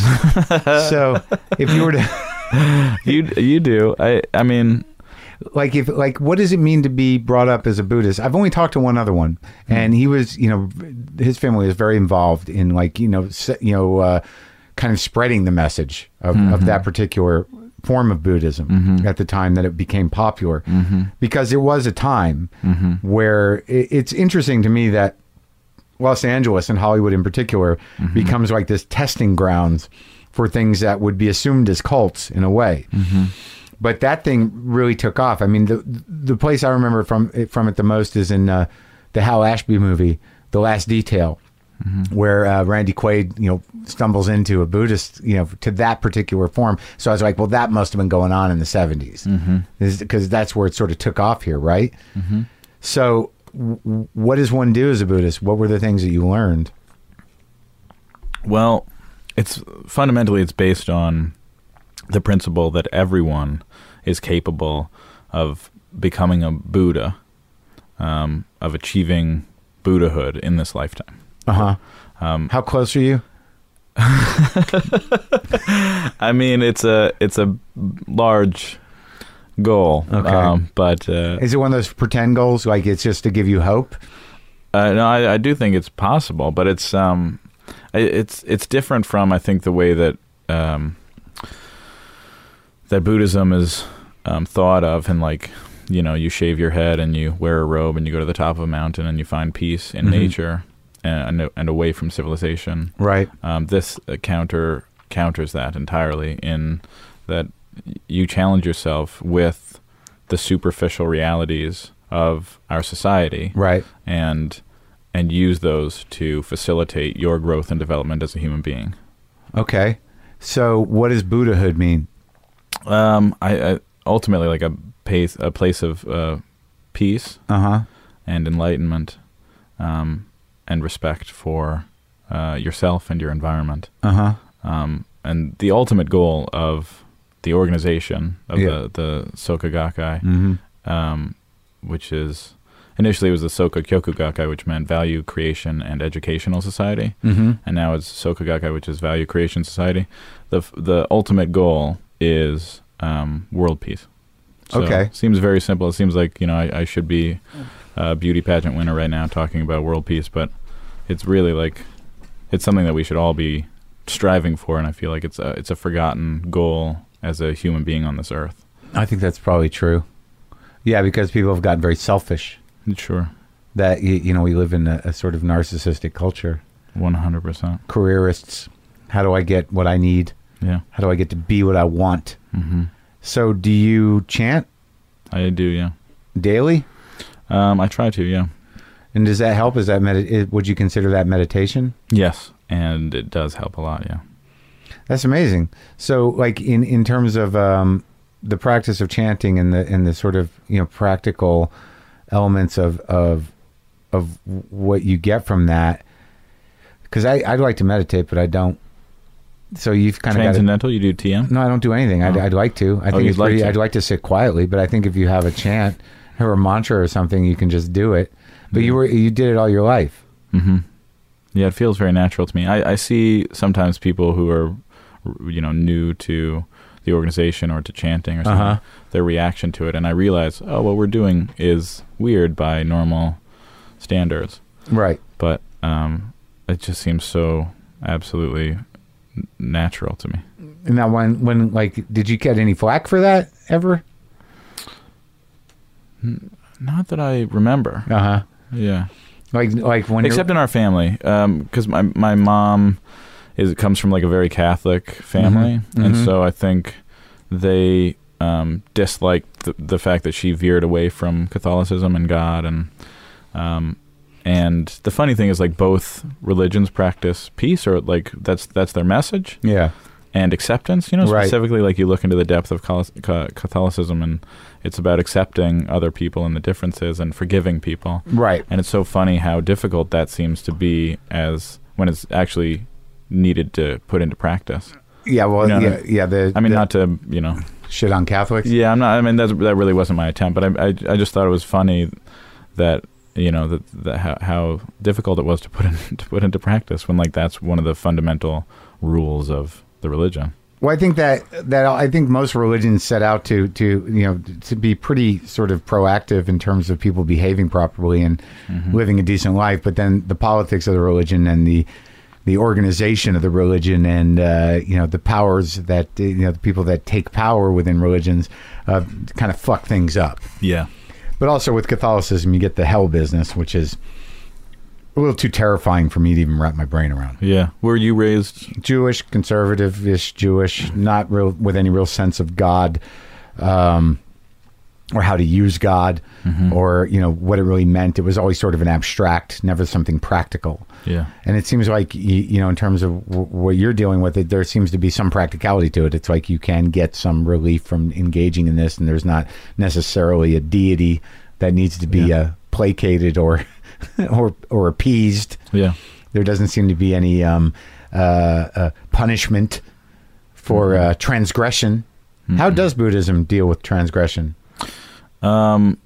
Speaker 1: so if you were to,
Speaker 5: you you do. I I mean,
Speaker 1: like, if like, what does it mean to be brought up as a Buddhist? I've only talked to one other one, and he was, you know, his family was very involved in like, you know, se- you know, uh, kind of spreading the message of, of that particular form of Buddhism at the time that it became popular, because it was a time where it, it's interesting to me that Los Angeles and Hollywood in particular becomes like this testing grounds for things that would be assumed as cults in a way. But that thing really took off. I mean, the the place I remember from it, from it the most is in uh, the Hal Ashby movie, The Last Detail, where uh, Randy Quaid, you know, stumbles into a Buddhist, you know, to that particular form. So I was like, well, that must have been going on in the 70s because that's where it sort of took off here, right? So, w- w- what does one do as a Buddhist? What were the things that you learned?
Speaker 5: well, it's fundamentally it's based on the principle that everyone is capable of becoming a Buddha, um, of achieving Buddhahood in this lifetime.
Speaker 1: Uh huh. How close are you?
Speaker 5: I mean, it's a it's a large goal.
Speaker 1: Okay.
Speaker 5: um, but uh,
Speaker 1: Is it one of those pretend goals? Like it's just to give you hope?
Speaker 5: uh, no, I, I do think it's possible. But it's um, I- it's it's different from I think the way that um, that Buddhism is um, thought of, and like you know, you shave your head and you wear a robe and you go to the top of a mountain and you find peace in nature uh, and and away from civilization.
Speaker 1: Right.
Speaker 5: Um, this uh, counter counters that entirely in that you challenge yourself with the superficial realities of our society,
Speaker 1: Right.
Speaker 5: and and use those to facilitate your growth and development as a human being.
Speaker 1: Okay. So, what does Buddhahood mean?
Speaker 5: Um, I, I ultimately like a pace, a place of uh, peace
Speaker 1: Uh huh.
Speaker 5: and enlightenment, um, and respect for uh, yourself and your environment.
Speaker 1: Uh huh.
Speaker 5: um, and the ultimate goal of the organization of
Speaker 1: Yeah.
Speaker 5: the the Soka Gakkai,
Speaker 1: Mm-hmm.
Speaker 5: um, which is initially it was the Soka Kyoku Gakkai, which meant Value Creation and Educational Society,
Speaker 1: Mm-hmm.
Speaker 5: and now it's Soka Gakkai, which is Value Creation Society. the f- The ultimate goal is um, world peace.
Speaker 1: Okay.
Speaker 5: seems very simple. It seems like you know I, I should be a beauty pageant winner right now talking about world peace, but it's really like it's something that we should all be striving for, and I feel like it's a it's a forgotten goal as a human being on this earth.
Speaker 1: I think that's probably true. Yeah, because people have gotten very selfish.
Speaker 5: Sure,
Speaker 1: That you, you know, we live in a, a sort of narcissistic culture.
Speaker 5: one hundred percent.
Speaker 1: Careerists. How do I get what I need?
Speaker 5: Yeah,
Speaker 1: How do I get to be what I want? Mm-hmm. So, do you chant
Speaker 5: I do. Yeah,
Speaker 1: daily?
Speaker 5: um, I try to. Yeah,
Speaker 1: And does that help? Is that medi- i- would you consider that meditation?
Speaker 5: yes, and it does help a lot. Yeah,
Speaker 1: That's amazing. So, like in in terms of um, the practice of chanting and the and the sort of you know practical elements of of of what you get from that, because I I'd like to meditate, but I don't. So you've kind of got. to
Speaker 5: transcendental. You do TM.
Speaker 1: No, I don't do anything. I'd,
Speaker 5: Oh.
Speaker 1: I'd like to. I
Speaker 5: Oh,
Speaker 1: think
Speaker 5: you'd
Speaker 1: it's
Speaker 5: like
Speaker 1: pretty.
Speaker 5: to.
Speaker 1: I'd like to sit quietly, but I think if you have a chant or a mantra or something, you can just do it. But you were you did it all your life.
Speaker 5: Yeah, it feels very natural to me. I, I see sometimes people who are, you know, new to the organization or to chanting or something,
Speaker 1: Uh-huh.
Speaker 5: their reaction to it, and I realize, oh, what we're doing is weird by normal standards.
Speaker 1: Right.
Speaker 5: but um, it just seems so absolutely n- natural to me.
Speaker 1: Now, when when like, did you get any flack for that ever?
Speaker 5: Not that I remember.
Speaker 1: Uh huh.
Speaker 5: Yeah.
Speaker 1: Like like when
Speaker 5: Except in our family, because my my mom is comes from like a very Catholic family,
Speaker 1: Mhm,
Speaker 5: and
Speaker 1: mhm.
Speaker 5: so I think they um, disliked the, the fact that she veered away from Catholicism and God, and um, and the funny thing is like both religions practice peace, or like that's that's their message.
Speaker 1: you're, yeah.
Speaker 5: and acceptance. You know,
Speaker 1: Right.
Speaker 5: specifically like you look into the depth of Col- Ca- Catholicism, and it's about accepting other people and the differences and forgiving people.
Speaker 1: Right.
Speaker 5: And it's so funny how difficult that seems to be as when it's actually needed to put into practice.
Speaker 1: Yeah. Well.
Speaker 5: No, no.
Speaker 1: yeah. Yeah. The
Speaker 5: I mean,
Speaker 1: the
Speaker 5: not to you know.
Speaker 1: shit on Catholics.
Speaker 5: Yeah, I'm not. I mean, that's, that really wasn't my attempt, but I, I, I just thought it was funny that you know that, that how, how difficult it was to put in, to put into practice when like that's one of the fundamental rules of the religion.
Speaker 1: Well, I think that that I think most religions set out to to you know to be pretty sort of proactive in terms of people behaving properly and
Speaker 5: Mm-hmm.
Speaker 1: living a decent life, but then the politics of the religion and the the organization of the religion and uh, you know the powers that uh, you know the people that take power within religions uh, kind of fuck things up.
Speaker 5: Yeah.
Speaker 1: But also with Catholicism, you get the hell business, which is a little too terrifying for me to even wrap my brain around.
Speaker 5: Yeah. Were you raised?
Speaker 1: Jewish, conservative-ish Jewish, not real with any real sense of God, um, or how to use God, or you know what it really meant. It was always sort of an abstract, never something practical.
Speaker 5: Yeah.
Speaker 1: And it seems like y- you know, in terms of w- what you're dealing with, it there seems to be some practicality to it. It's like you can get some relief from engaging in this, and there's not necessarily a deity that needs to be uh, placated or or or appeased
Speaker 5: Yeah.
Speaker 1: there doesn't seem to be any um, uh, uh, punishment for uh, transgression. How does Buddhism deal with transgression?
Speaker 5: Um,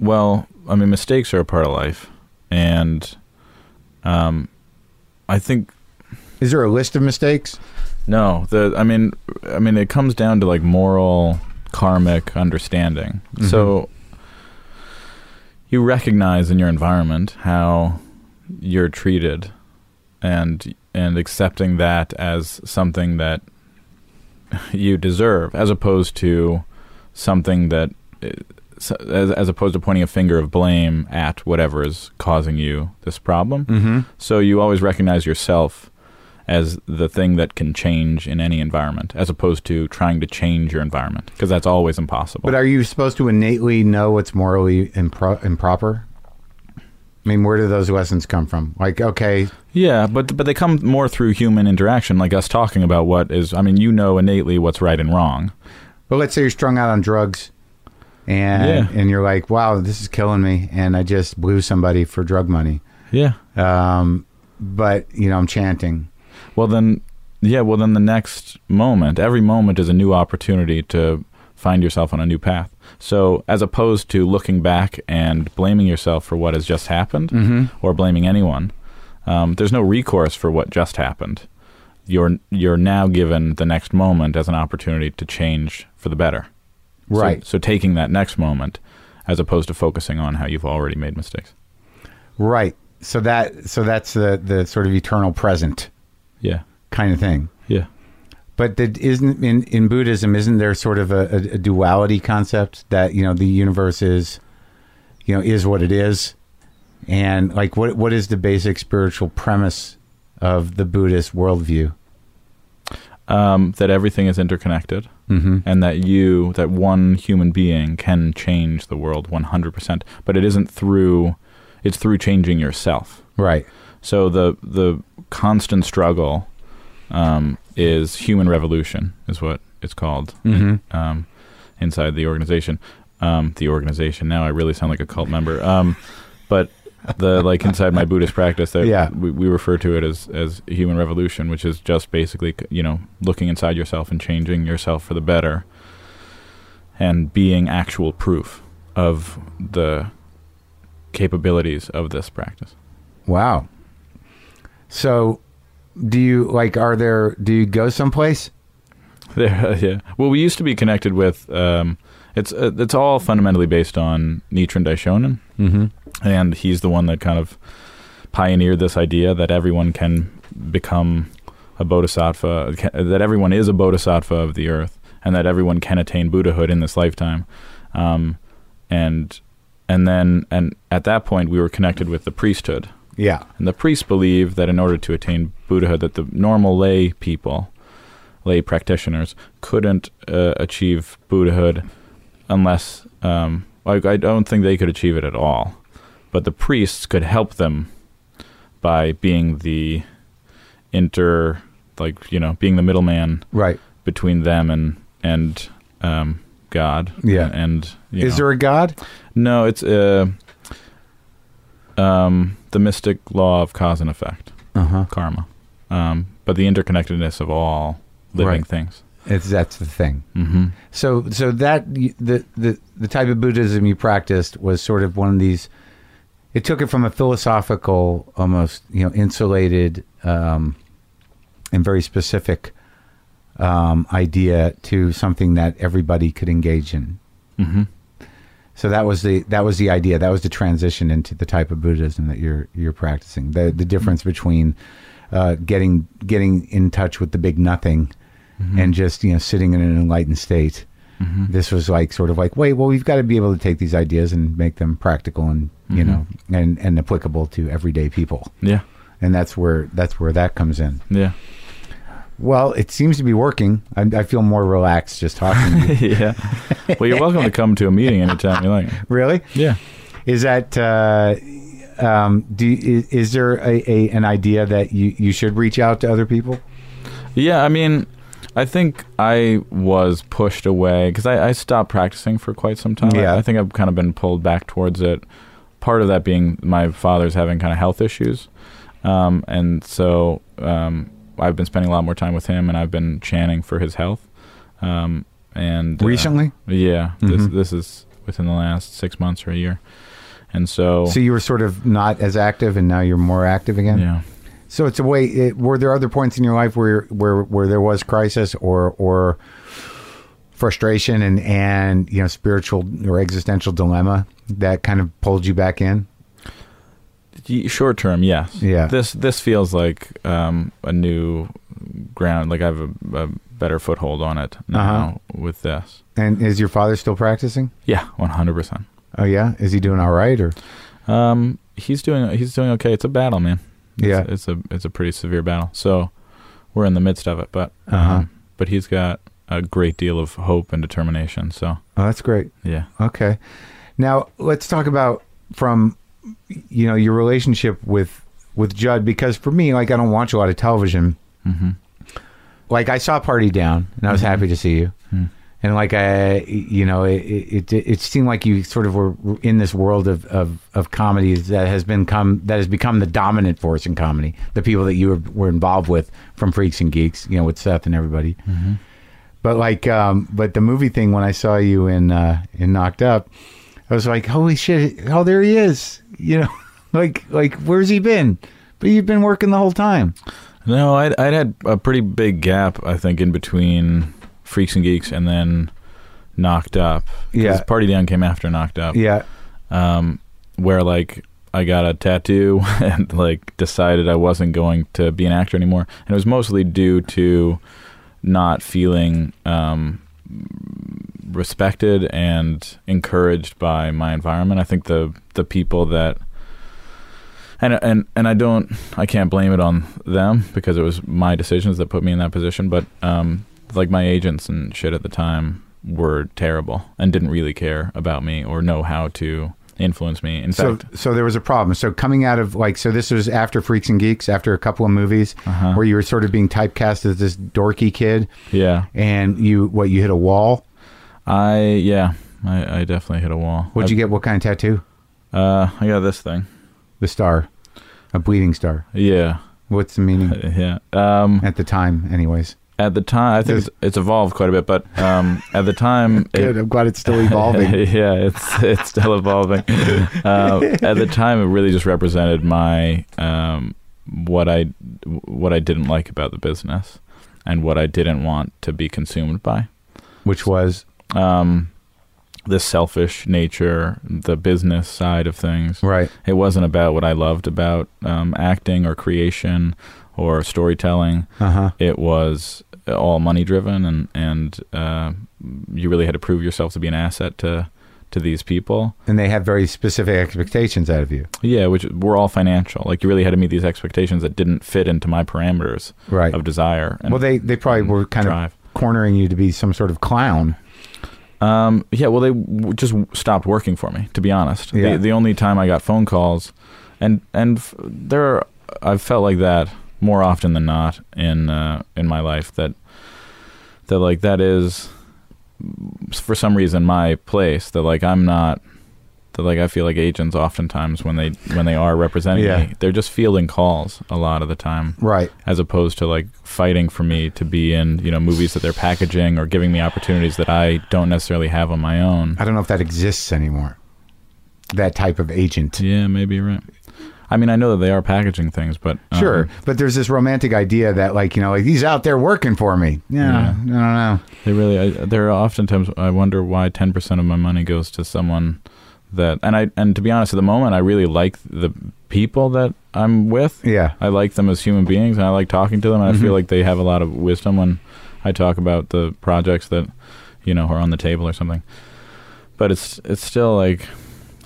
Speaker 5: well, I mean, mistakes are a part of life, and um, I think
Speaker 1: Is there a list of mistakes?
Speaker 5: no. The I mean, I mean, it comes down to like moral, karmic understanding. So you recognize in your environment how you're treated, and and accepting that as something that you deserve, as opposed to something that uh, s- as, as opposed to pointing a finger of blame at whatever is causing you this problem. Mm-hmm. So you always recognize yourself as the thing that can change in any environment, as opposed to trying to change your environment, because that's always impossible.
Speaker 1: But are you supposed to innately know what's morally impro- improper? I mean, where do those lessons come from? Like, okay,
Speaker 5: yeah, but but they come more through human interaction, like us talking about what is. I mean, you know innately what's right and wrong.
Speaker 1: but let's say you're strung out on drugs, and
Speaker 5: Yeah.
Speaker 1: and you're like, wow, this is killing me, and I just blew somebody for drug money.
Speaker 5: Yeah.
Speaker 1: Um, but you know, I'm chanting.
Speaker 5: Well then, yeah. Well then, the next moment, every moment is a new opportunity to find yourself on a new path. So, as opposed to looking back and blaming yourself for what has just happened, or blaming anyone, um, there's no recourse for what just happened. You're you're now given the next moment as an opportunity to change for the better. So-
Speaker 1: Right.
Speaker 5: so taking that next moment, as opposed to focusing on how you've already made mistakes.
Speaker 1: Right. So that so that's the the sort of eternal present
Speaker 5: Yeah.
Speaker 1: kind of thing.
Speaker 5: Yeah.
Speaker 1: But that isn't in in Buddhism. Isn't there sort of a, a, a duality concept that you know the universe is, you know, is what it is, and like what what is the basic spiritual premise of the Buddhist worldview?
Speaker 5: um, that everything is interconnected
Speaker 1: Mhm.
Speaker 5: and that you, that one human being can change the world 100%, but it isn't through, it's through changing yourself.
Speaker 1: Right.
Speaker 5: So the, the constant struggle um, is human revolution, is what it's called
Speaker 1: Mm-hmm.
Speaker 5: um, inside the organization. Um, the organization. Now I really sound like a cult member. Um, but the like inside my Buddhist practice, that
Speaker 1: Yeah.
Speaker 5: we, we refer to it as as human revolution, which is just basically you know looking inside yourself and changing yourself for the better, and being actual proof of the capabilities of this practice.
Speaker 1: Wow. So, do you like? Are there? Do you go someplace?
Speaker 5: There, yeah. Well, we used to be connected with um, It's uh, it's all fundamentally based on Nichiren Daishonin,
Speaker 6: Mhm.
Speaker 5: and he's the one that kind of pioneered this idea that everyone can become a bodhisattva, ca- that everyone is a bodhisattva of the earth, and that everyone can attain Buddhahood in this lifetime. Um, and and then and at that point, we were connected with the priesthood.
Speaker 1: Yeah.
Speaker 5: And the priests believe that in order to attain Buddhahood, that the normal lay people, lay practitioners, couldn't uh, achieve Buddhahood unless, um, like, I don't think they could achieve it at all. But the priests could help them by being the inter, like, you know, being the middleman
Speaker 1: Right.
Speaker 5: between them and, and, um, God.
Speaker 1: Yeah.
Speaker 5: And, you
Speaker 1: Is
Speaker 5: know.
Speaker 1: there a God?
Speaker 5: No, it's uh, um, the mystic law of cause and effect,
Speaker 1: Uh huh.
Speaker 5: karma, um, but the interconnectedness of all living
Speaker 1: Right.
Speaker 5: things.
Speaker 1: It's that's the thing.
Speaker 5: Mm-hmm.
Speaker 1: So so that y- the the the type of Buddhism you practiced was sort of one of these. It took it from a philosophical, almost you know, insulated um, and very specific um, idea to something that everybody could engage in.
Speaker 5: Mm-hmm.
Speaker 1: So that was the that was the idea. That was the transition into the type of Buddhism that you're you're practicing. The the difference between uh, getting getting in touch with the big nothing and just you know sitting in an enlightened state. This was like sort of like wait, well we've got to be able to take these ideas and make them practical and you know and and applicable to everyday people.
Speaker 5: Yeah,
Speaker 1: And that's where that's where that comes in.
Speaker 5: yeah,
Speaker 1: Well, it seems to be working. I, I feel more relaxed just talking. to you.
Speaker 5: yeah. Well, you're welcome to come to a meeting anytime you like.
Speaker 1: Really?
Speaker 5: Yeah.
Speaker 1: Is that uh, um, do is, is there a, a an idea that you, you should reach out to other people?
Speaker 5: Yeah, I mean, I think I was pushed away because I, I stopped practicing for quite some time.
Speaker 1: Yeah.
Speaker 5: I, I think I've kind of been pulled back towards it. Part of that being my father's having kind of health issues. Um, and so um, I've been spending a lot more time with him and I've been chanting for his health. Um, and uh,
Speaker 1: Recently,
Speaker 5: yeah,
Speaker 1: Mhm.
Speaker 5: this, this is within the last six months or a year. And so,
Speaker 1: so you were sort of not as active, and now you're more active again.
Speaker 5: yeah.
Speaker 1: So it's a way. It, were there other points in your life where where where there was crisis or or frustration and and you know spiritual or existential dilemma that kind of pulled you back in?
Speaker 5: Y- short term yes
Speaker 1: Yeah.
Speaker 5: this this feels like um a new ground like i have a, a better foothold on it
Speaker 1: Uh-huh.
Speaker 5: now with this
Speaker 1: And is your father still practicing?
Speaker 5: yeah 100%
Speaker 1: Oh yeah, is he doing all right? Or
Speaker 5: um he's doing he's doing okay it's a battle man It's-
Speaker 1: Yeah.
Speaker 5: it's, a it's a pretty severe battle so we're in the midst of it but um,
Speaker 1: Uh-huh.
Speaker 5: but he's got a great deal of hope and determination so
Speaker 1: oh, that's great.
Speaker 5: yeah
Speaker 1: Okay. Now let's talk about from you know your relationship with with Judd because for me like I don't watch a lot of television.
Speaker 5: hmm
Speaker 1: Like I saw Party Down and I was happy to see you.
Speaker 5: Mm.
Speaker 1: And like I you know it, it it it seemed like you sort of were in this world of of of comedy that has been come that has become the dominant force in comedy. The people that you were, were involved with from Freaks and Geeks, you know, with Seth and everybody. But like, um, but the movie thing when I saw you in uh, in Knocked Up, I was like, holy shit! Oh, there he is. You know, like like where's he been? But you've been working the whole time.
Speaker 5: No, I'd, I'd had a pretty big gap, I think, in between Freaks and Geeks and then Knocked Up. 'Cause
Speaker 1: Yeah.
Speaker 5: Party Down came after Knocked Up.
Speaker 1: Yeah,
Speaker 5: Um, where, like, I got a tattoo and, like, decided I wasn't going to be an actor anymore. And it was mostly due to not feeling um, respected and encouraged by my environment. I think the, the people that and and and I don't I can't blame it on them because it was my decisions that put me in that position. But um, like my agents and shit at the time were terrible and didn't really care about me or know how to influence me. In
Speaker 1: so
Speaker 5: fact,
Speaker 1: so there was a problem. So coming out of like, so this was after Freaks and Geeks, after a couple of movies where you were sort of being typecast as this dorky kid,
Speaker 5: yeah,
Speaker 1: and you what you hit a wall.
Speaker 5: I yeah I, I definitely hit a wall.
Speaker 1: What'd you get? What kind of tattoo?
Speaker 5: get? Uh, I got this thing.
Speaker 1: The star, a bleeding star.
Speaker 5: Yeah,
Speaker 1: What's the meaning
Speaker 5: yeah. Um,
Speaker 1: at the time, anyways?
Speaker 5: at the time, I think
Speaker 1: There's-
Speaker 5: it's, it's evolved quite a bit, but um, at the time, it-
Speaker 1: Good. I'm glad it's still evolving.
Speaker 5: yeah, it's it's still evolving. Uh, at the time, it really just represented my um, what I what I didn't like about the business, and what I didn't want to be consumed by.
Speaker 1: which was
Speaker 5: Um, the selfish nature, the business side of things.
Speaker 1: Right.
Speaker 5: It wasn't about what I loved about um, acting or creation or storytelling.
Speaker 1: Uh-huh.
Speaker 5: It was all money driven, and and uh, you really had to prove yourself to be an asset to to these people.
Speaker 1: And they have very specific expectations out of you.
Speaker 5: Yeah, which were all financial. Like you really had to meet these expectations that didn't fit into my parameters
Speaker 1: Right.
Speaker 5: of desire. And
Speaker 1: well, they, they probably were kind
Speaker 5: drive.
Speaker 1: of cornering you to be some sort of clown.
Speaker 5: Um, yeah, well, they w- just w- stopped working for me, to be honest.
Speaker 1: Yeah.
Speaker 5: The, the only time I got phone calls, and and f- there, are, I've felt like that more often than not in uh, in my life that that like that is for some reason my place that like I'm not that like I feel like agents oftentimes when they when they are representing
Speaker 1: Yeah.
Speaker 5: me, they're just fielding calls a lot of the time
Speaker 1: Right.
Speaker 5: as opposed to like fighting for me to be in you know movies that they're packaging or giving me opportunities that I don't necessarily have on my own.
Speaker 1: I don't know if that exists anymore. That type of agent.
Speaker 5: Yeah, maybe you're right. I mean, I know that they are packaging things, but um,
Speaker 1: Sure, but there's this romantic idea that, like, you know, like he's out there working for me. Yeah,
Speaker 5: Yeah.
Speaker 1: I don't know.
Speaker 5: they really. I, there are oftentimes I wonder why ten percent of my money goes to someone that, and I and to be honest, at the moment I really like the people that I'm with.
Speaker 1: Yeah.
Speaker 5: I like them as human beings, and I like talking to them. And I
Speaker 1: Mm-hmm.
Speaker 5: feel like they have a lot of wisdom when I talk about the projects that you know are on the table or something. But it's it's still like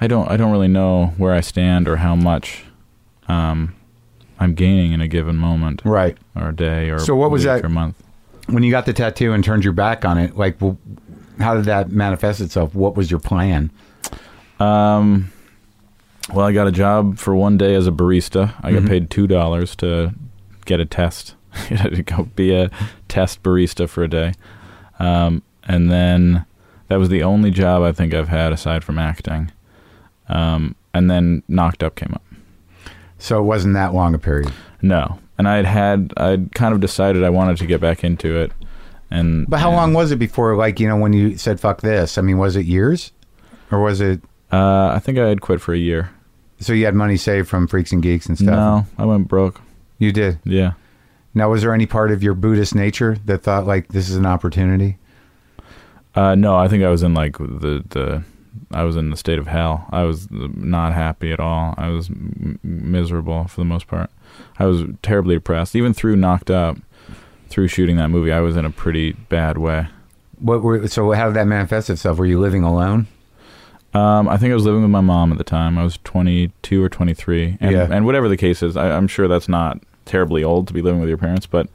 Speaker 5: I don't I don't really know where I stand or how much um, I'm gaining in a given moment
Speaker 1: Right.
Speaker 5: or day or
Speaker 1: So what was
Speaker 5: week
Speaker 1: that-
Speaker 5: or month.
Speaker 1: When you got the tattoo and turned your back on it, like, well, how did that manifest itself? What was your plan?
Speaker 5: Um, well, I got a job for one day as a barista. I
Speaker 1: Mm-hmm.
Speaker 5: got paid two dollars to get a test, to go be a test barista for a day, um, and then that was the only job I think I've had aside from acting. Um, and then Knocked Up came up.
Speaker 1: So it wasn't that long a period.
Speaker 5: No, and I'd had I'd kind of decided I wanted to get back into it, and
Speaker 1: But how
Speaker 5: and-
Speaker 1: long was it before, like, you know, when you said "fuck this"? I mean, was it years, or was it?
Speaker 5: Uh, I think I had quit for a year.
Speaker 1: So you had money saved from freaks and geeks and stuff.
Speaker 5: No, I went broke.
Speaker 1: You did.
Speaker 5: Yeah.
Speaker 1: Now, was there any part of your Buddhist nature that thought like this is an opportunity?
Speaker 5: Uh, no, I think I was in like the the I was in the state of hell. I was not happy at all. I was m- miserable for the most part. I was terribly depressed, even through knocked up, through shooting that movie. I was in a pretty bad way.
Speaker 1: What were so? How did that manifest itself? Were you living alone?
Speaker 5: Um, I think I was living with my mom at the time. I was 22 or 23, and,
Speaker 1: Yeah.
Speaker 5: and whatever the case is, I, I'm sure that's not terribly old to be living with your parents. But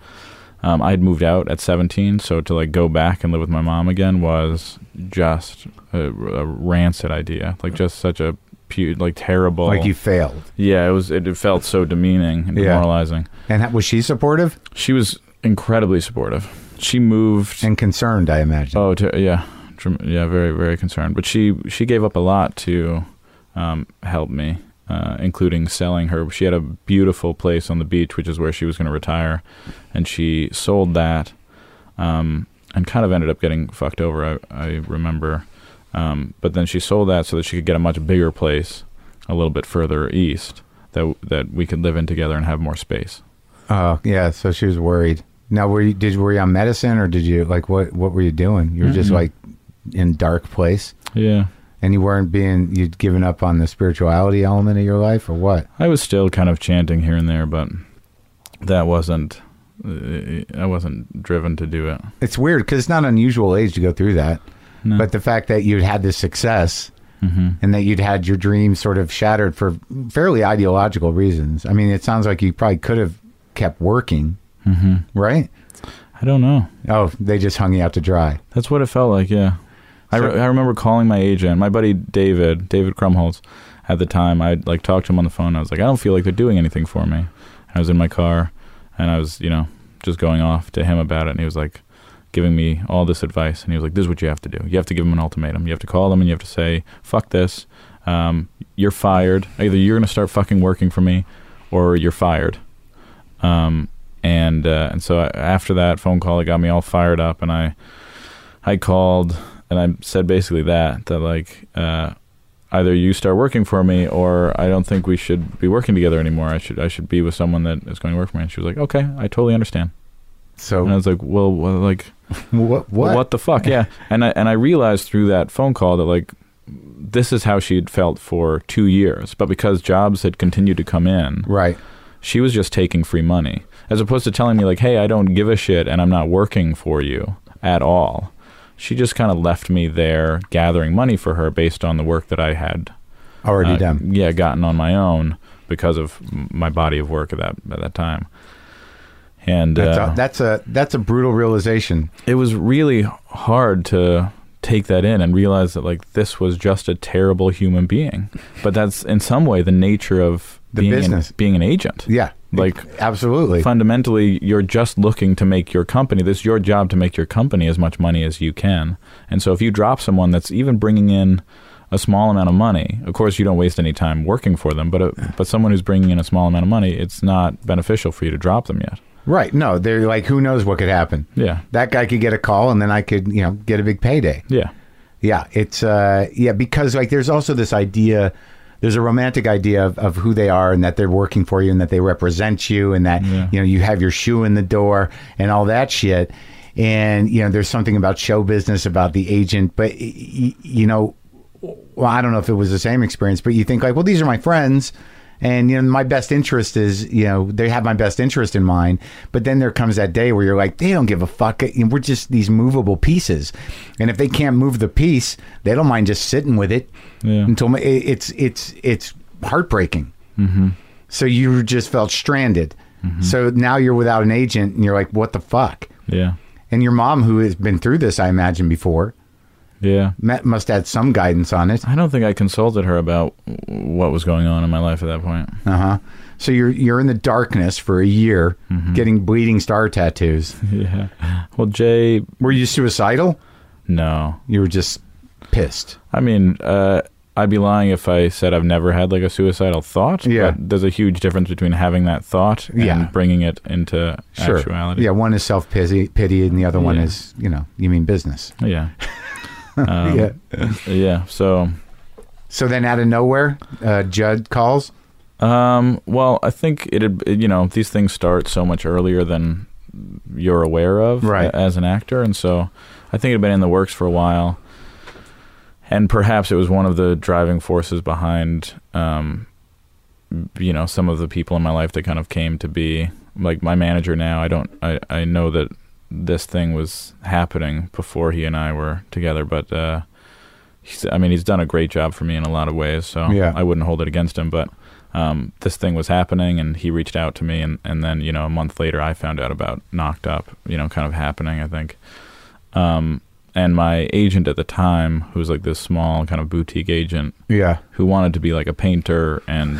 Speaker 5: um, I had moved out at 17, so to like go back and live with my mom again was just a, a rancid idea, like just such a pu- like terrible.
Speaker 1: Like you failed.
Speaker 5: yeah, it was. It, it felt so demeaning and
Speaker 1: Yeah.
Speaker 5: demoralizing.
Speaker 1: And how, was she supportive
Speaker 5: She was incredibly supportive. She moved.
Speaker 1: and concerned? I imagine.
Speaker 5: Oh, ter- yeah, Trem- yeah, very, very concerned. But she she gave up a lot to um, help me, uh, including selling her. She had a beautiful place on the beach, which is where she was going to retire, and she sold that, um, and kind of ended up getting fucked over. I, I remember, um, but then she sold that so that she could get a much bigger place, a little bit further east. That, that we could live in together and have more space.
Speaker 1: Oh, yeah. So she was worried. Now, were you did were you on medicine or did you like what what were you doing? You were just like in dark place,
Speaker 5: Yeah,
Speaker 1: and you weren't being you'd given up on the spirituality element of your life or what?
Speaker 5: I was still kind of chanting here and there, but that wasn't. Uh, I wasn't driven to do it.
Speaker 1: It's weird because it's not unusual age to go through that.
Speaker 5: No.
Speaker 1: But the fact that you'd had this success
Speaker 5: Mhm.
Speaker 1: and that you'd had your dreams sort of shattered for fairly ideological reasons. I mean, it sounds like you probably could have kept working, mm-hmm. right?
Speaker 5: I don't know.
Speaker 1: Oh, they just hung you out to dry.
Speaker 5: That's what it felt like. Yeah, I, re-
Speaker 1: So-
Speaker 5: I remember calling my agent, my buddy David, David Krumholtz, at the time. I like talked to him on the phone. I was like, I don't feel like they're doing anything for me. I was in my car, and I was you know just going off to him about it, and he was like giving me all this advice, and he was like, This is what you have to do. You have to give them an ultimatum. You have to call them, and you have to say, Fuck this. Um, you're fired. Either you're gonna start fucking working for me, or you're fired. Um, and uh, and so after that phone call, it got me all fired up, and I I called and I said basically that that like uh, either you start working for me or I don't think we should be working together anymore. I should I should be with someone that is going to work for me. And she was like, okay, I totally understand.
Speaker 1: So
Speaker 5: And I was like, well, well like
Speaker 1: what? What?
Speaker 5: Well, what the fuck? Yeah. And I and I realized through that phone call that like this is how she'd felt for two years, but because jobs had continued to come in,
Speaker 1: Right.
Speaker 5: she was just taking free money as opposed to telling me like, "Hey, I don't give a shit and I'm not working for you at all." She just kind of left me there gathering money for her based on the work that I had
Speaker 1: Already
Speaker 5: uh,
Speaker 1: done.
Speaker 5: Yeah, gotten on my own because of m- my body of work at that at that time. And
Speaker 1: That's,
Speaker 5: uh,
Speaker 1: a, that's a that's a brutal realization.
Speaker 5: it was really hard to take that in and realize that like this was just a terrible human being. But that's in some way the nature of
Speaker 1: The
Speaker 5: being
Speaker 1: business.
Speaker 5: an, being an agent.
Speaker 1: Yeah.
Speaker 5: Like
Speaker 1: Absolutely.
Speaker 5: fundamentally you're just looking to make your company this your job to make your company as much money as you can. And so if you drop someone that's even bringing in a small amount of money, of course you don't waste any time working for them, but uh but someone who's bringing in a small amount of money, it's not beneficial for you to drop them yet.
Speaker 1: Right. No, they're like, who knows what could happen?
Speaker 5: Yeah.
Speaker 1: That guy could get a call, and then I could, you know, get a big payday.
Speaker 5: Yeah.
Speaker 1: Yeah, it's uh, yeah because like there's also this idea, there's a romantic idea of, of who they are and that they're working for you and that they represent you and that you know you have your shoe in the door and all that shit, and you know there's something about show business about the agent, but y- y- you know, well I don't know if it was the same experience, but you think like well these are my friends. And you know my best interest is you know they have my best interest in mind, but then there comes that day where you're like they don't give a fuck. You know, We're just these movable pieces, and if they can't move the piece, they don't mind just sitting with it
Speaker 5: Yeah.
Speaker 1: until ma- it- it's it's it's heartbreaking. So you just felt stranded. So now you're without an agent, and you're like, what the fuck?
Speaker 5: Yeah.
Speaker 1: And your mom, who has been through this, I imagine before,
Speaker 5: Yeah.
Speaker 1: ma- must add some guidance on it.
Speaker 5: I don't think I consulted her about what was going on in my life at that point.
Speaker 1: Uh huh. So you're you're in the darkness for a year,
Speaker 5: Mm-hmm.
Speaker 1: getting bleeding star tattoos.
Speaker 5: Yeah. Well, Jay,
Speaker 1: Were you suicidal?
Speaker 5: no.
Speaker 1: You were just pissed.
Speaker 5: I mean, uh, I'd be lying if I said I've never had like a suicidal thought.
Speaker 1: Yeah.
Speaker 5: But there's a huge difference between having that thought and
Speaker 1: Yeah.
Speaker 5: bringing it into actuality.
Speaker 1: Yeah, one is self pity, pity, and the other one
Speaker 5: Yeah.
Speaker 1: is you know you mean business.
Speaker 5: Yeah. Um,
Speaker 1: yeah.
Speaker 5: yeah. So,
Speaker 1: So then, out of nowhere, uh, Judd calls.
Speaker 5: um, well, I think it, had- you know, these things start so much earlier than you're aware of
Speaker 1: Right.
Speaker 5: a- as an actor. And so I think it had been in the works for a while. And perhaps it was one of the driving forces behind, um, you know, some of the people in my life that kind of came to be like my manager now. I don't, I, I know that this thing was happening before he and I were together, but, uh, he's, I mean, he's done a great job for me in a lot of ways. So
Speaker 1: Yeah.
Speaker 5: I wouldn't hold it against him, but, um, this thing was happening and he reached out to me and, and then, you know, a month later I found out about knocked up, you know, kind of happening, I think Um, and my agent at the time, who was like this small kind of boutique agent,
Speaker 1: Yeah.
Speaker 5: who wanted to be like a painter and,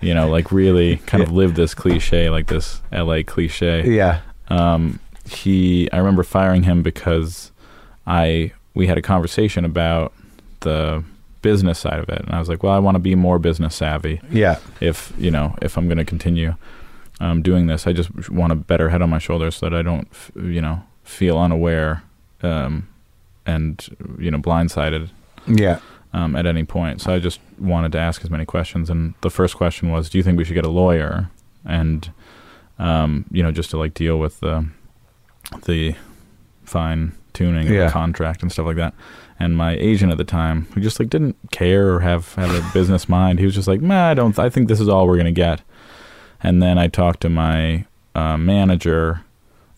Speaker 5: you know, like really kind of live this cliche, like this LA cliche
Speaker 1: Yeah.
Speaker 5: um, he I remember firing him because I we had a conversation about the business side of it, and I was like, well, I want to be more business savvy.
Speaker 1: Yeah.
Speaker 5: If you know, if I'm going to continue um, doing this, I just want a better head on my shoulders so that I don't, f- you know, feel unaware um, and you know blindsided
Speaker 1: Yeah.
Speaker 5: um, at any point. So I just wanted to ask as many questions. And the first question was, do you think we should get a lawyer? And um, you know, just to like deal with the the fine tuning of
Speaker 1: Yeah.
Speaker 5: the contract and stuff like that. And my agent at the time, who just like didn't care or have have a business mind, he was just like, "Nah, I don't. I think this is all we're gonna get." And then I talked to my uh, manager,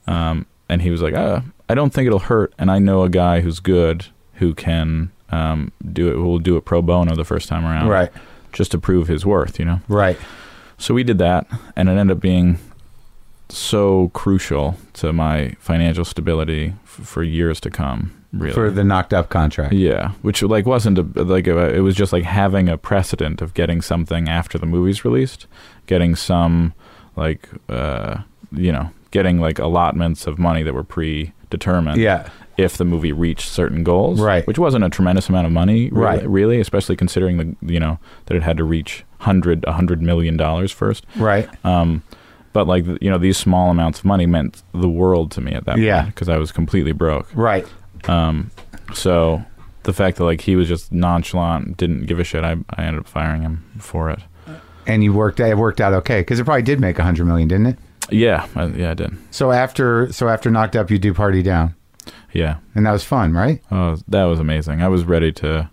Speaker 5: um, and he was like, uh, I don't think it'll hurt. And I know a guy who's good who can um, do it, who will do it pro bono the first time around.
Speaker 1: Right.
Speaker 5: Just to prove his worth, you know?
Speaker 1: Right.
Speaker 5: So we did that, and it ended up being so crucial to my financial stability f- for years to come, really.
Speaker 1: For the knocked up contract.
Speaker 5: Yeah, which like wasn't a, like a, it was just like having a precedent of getting something after the movie's released, getting some like uh you know getting like allotments of money that were predetermined.
Speaker 1: Yeah.
Speaker 5: if the movie reached certain goals,
Speaker 1: Right.
Speaker 5: Which wasn't a tremendous amount of money, really,
Speaker 1: Right.
Speaker 5: Really, especially considering the you know that it had to reach hundred a hundred million dollars first.
Speaker 1: Right.
Speaker 5: Um, but like you know these small amounts of money meant the world to me at that
Speaker 1: Yeah.
Speaker 5: because I was completely broke.
Speaker 1: Right.
Speaker 5: Um, so the fact that like he was just nonchalant, didn't give a shit, I, I ended up firing him for it.
Speaker 1: And you worked. It worked out okay because it probably did make a hundred million, didn't it?
Speaker 5: Yeah, I, yeah, I did.
Speaker 1: So after so after knocked up, you do party down,
Speaker 5: Yeah,
Speaker 1: and that was fun, right?
Speaker 5: oh, that was amazing. I was ready to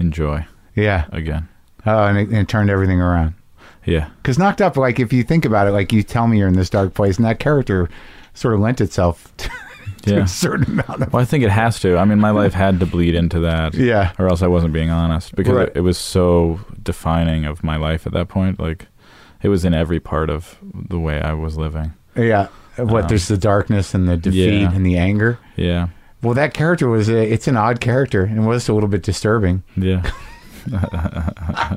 Speaker 5: enjoy
Speaker 1: Yeah.
Speaker 5: again.
Speaker 1: Oh, and it, and it turned everything around.
Speaker 5: Yeah,
Speaker 1: Because knocked up, like if you think about it, like you tell me you're in this dark place, and that character sort of lent itself to
Speaker 5: yeah.
Speaker 1: a certain amount of.
Speaker 5: Well, I think it has to. I mean, my life had to bleed into that.
Speaker 1: Yeah.
Speaker 5: Or else I wasn't being honest because
Speaker 1: Right.
Speaker 5: it, it was so defining of my life at that point. Like, it was in every part of the way I was living.
Speaker 1: Yeah. What there's the darkness and the defeat
Speaker 5: Um, Yeah.
Speaker 1: and the anger.
Speaker 5: Yeah.
Speaker 1: Well, that character was a, it's an odd character and was a little bit disturbing.
Speaker 5: Yeah.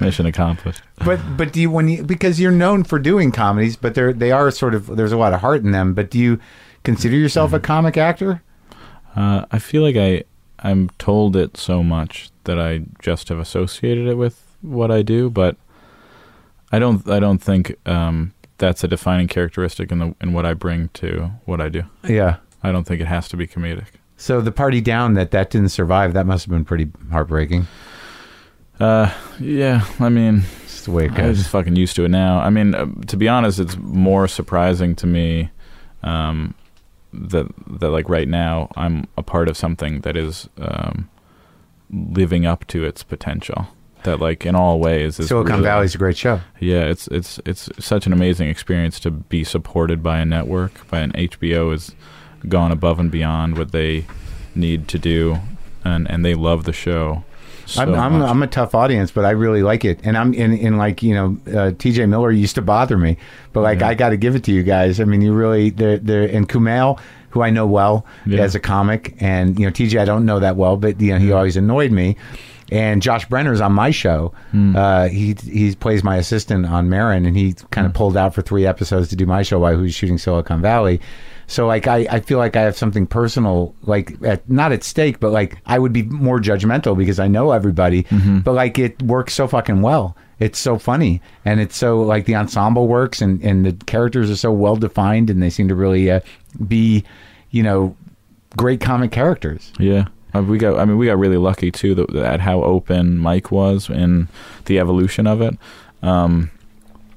Speaker 5: Mission accomplished.
Speaker 1: But but do you when you because you're known for doing comedies, but they're they are sort of there's a lot of heart in them. But do you consider yourself a
Speaker 5: Mm-hmm.
Speaker 1: comic actor?
Speaker 5: Uh, I feel like I I'm told it so much that I just have associated it with what I do, but I don't I don't think um, that's a defining characteristic in the in what I bring to what I do.
Speaker 1: Yeah.
Speaker 5: I don't think it has to be comedic.
Speaker 1: So the party down that that didn't survive, that must have been pretty heartbreaking.
Speaker 5: Uh, yeah, I mean,
Speaker 1: It's the way it
Speaker 5: I'm just
Speaker 1: goes.
Speaker 5: fucking used to it now. I mean, uh, to be honest, it's more surprising to me um, that that like right now I'm a part of something that is um, living up to its potential. That like in all ways is
Speaker 1: Silicon
Speaker 5: really-
Speaker 1: Valley's a great show.
Speaker 5: Yeah, it's it's it's such an amazing experience to be supported by a network, by an HBO has gone above and beyond what they need to do, and and they love the show. So
Speaker 1: I'm, I'm,
Speaker 5: much.
Speaker 1: I'm a tough audience, but I really like it. And I'm in, in like, you know, uh, TJ Miller used to bother me, but like,
Speaker 5: Yeah.
Speaker 1: I got to give it to you guys. I mean, you really, they're, they're, and Kumail, who I know well
Speaker 5: Yeah.
Speaker 1: as a comic, and, you know, TJ, I don't know that well, but, you know, he always annoyed me. And Josh Brenner's on my show. Uh, he he plays my assistant on Marin, and he kind of pulled out for three episodes to do my show while he was shooting Silicon Valley. So like I, I feel like I have something personal, like at, not at stake, but like I would be more judgmental because I know everybody. But like it works so fucking well. It's so funny, and it's so like the ensemble works, and and the characters are so well defined, and they seem to really uh, be, you know, great comic characters.
Speaker 5: Yeah, Uh, we got. I mean, we got really lucky too that, that how open Mike was in the evolution of it. Um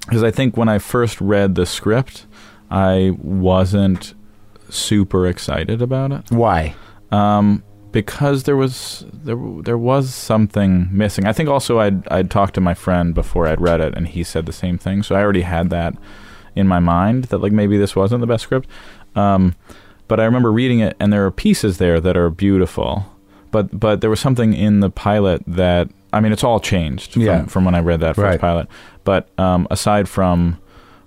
Speaker 5: 'cause because I think when I first read the script, I wasn't super excited about it
Speaker 1: Why?
Speaker 5: um, because there was there there was something missing. I think also I'd I'd talked to my friend before I'd read it, and he said the same thing. So I already had that in my mind that like maybe this wasn't the best script. Um, but I remember reading it, and there are pieces there that are beautiful. But but there was something in the pilot that I mean, it's all changed from,
Speaker 1: Yeah.
Speaker 5: from when I read that first
Speaker 1: Right.
Speaker 5: pilot. But um, aside from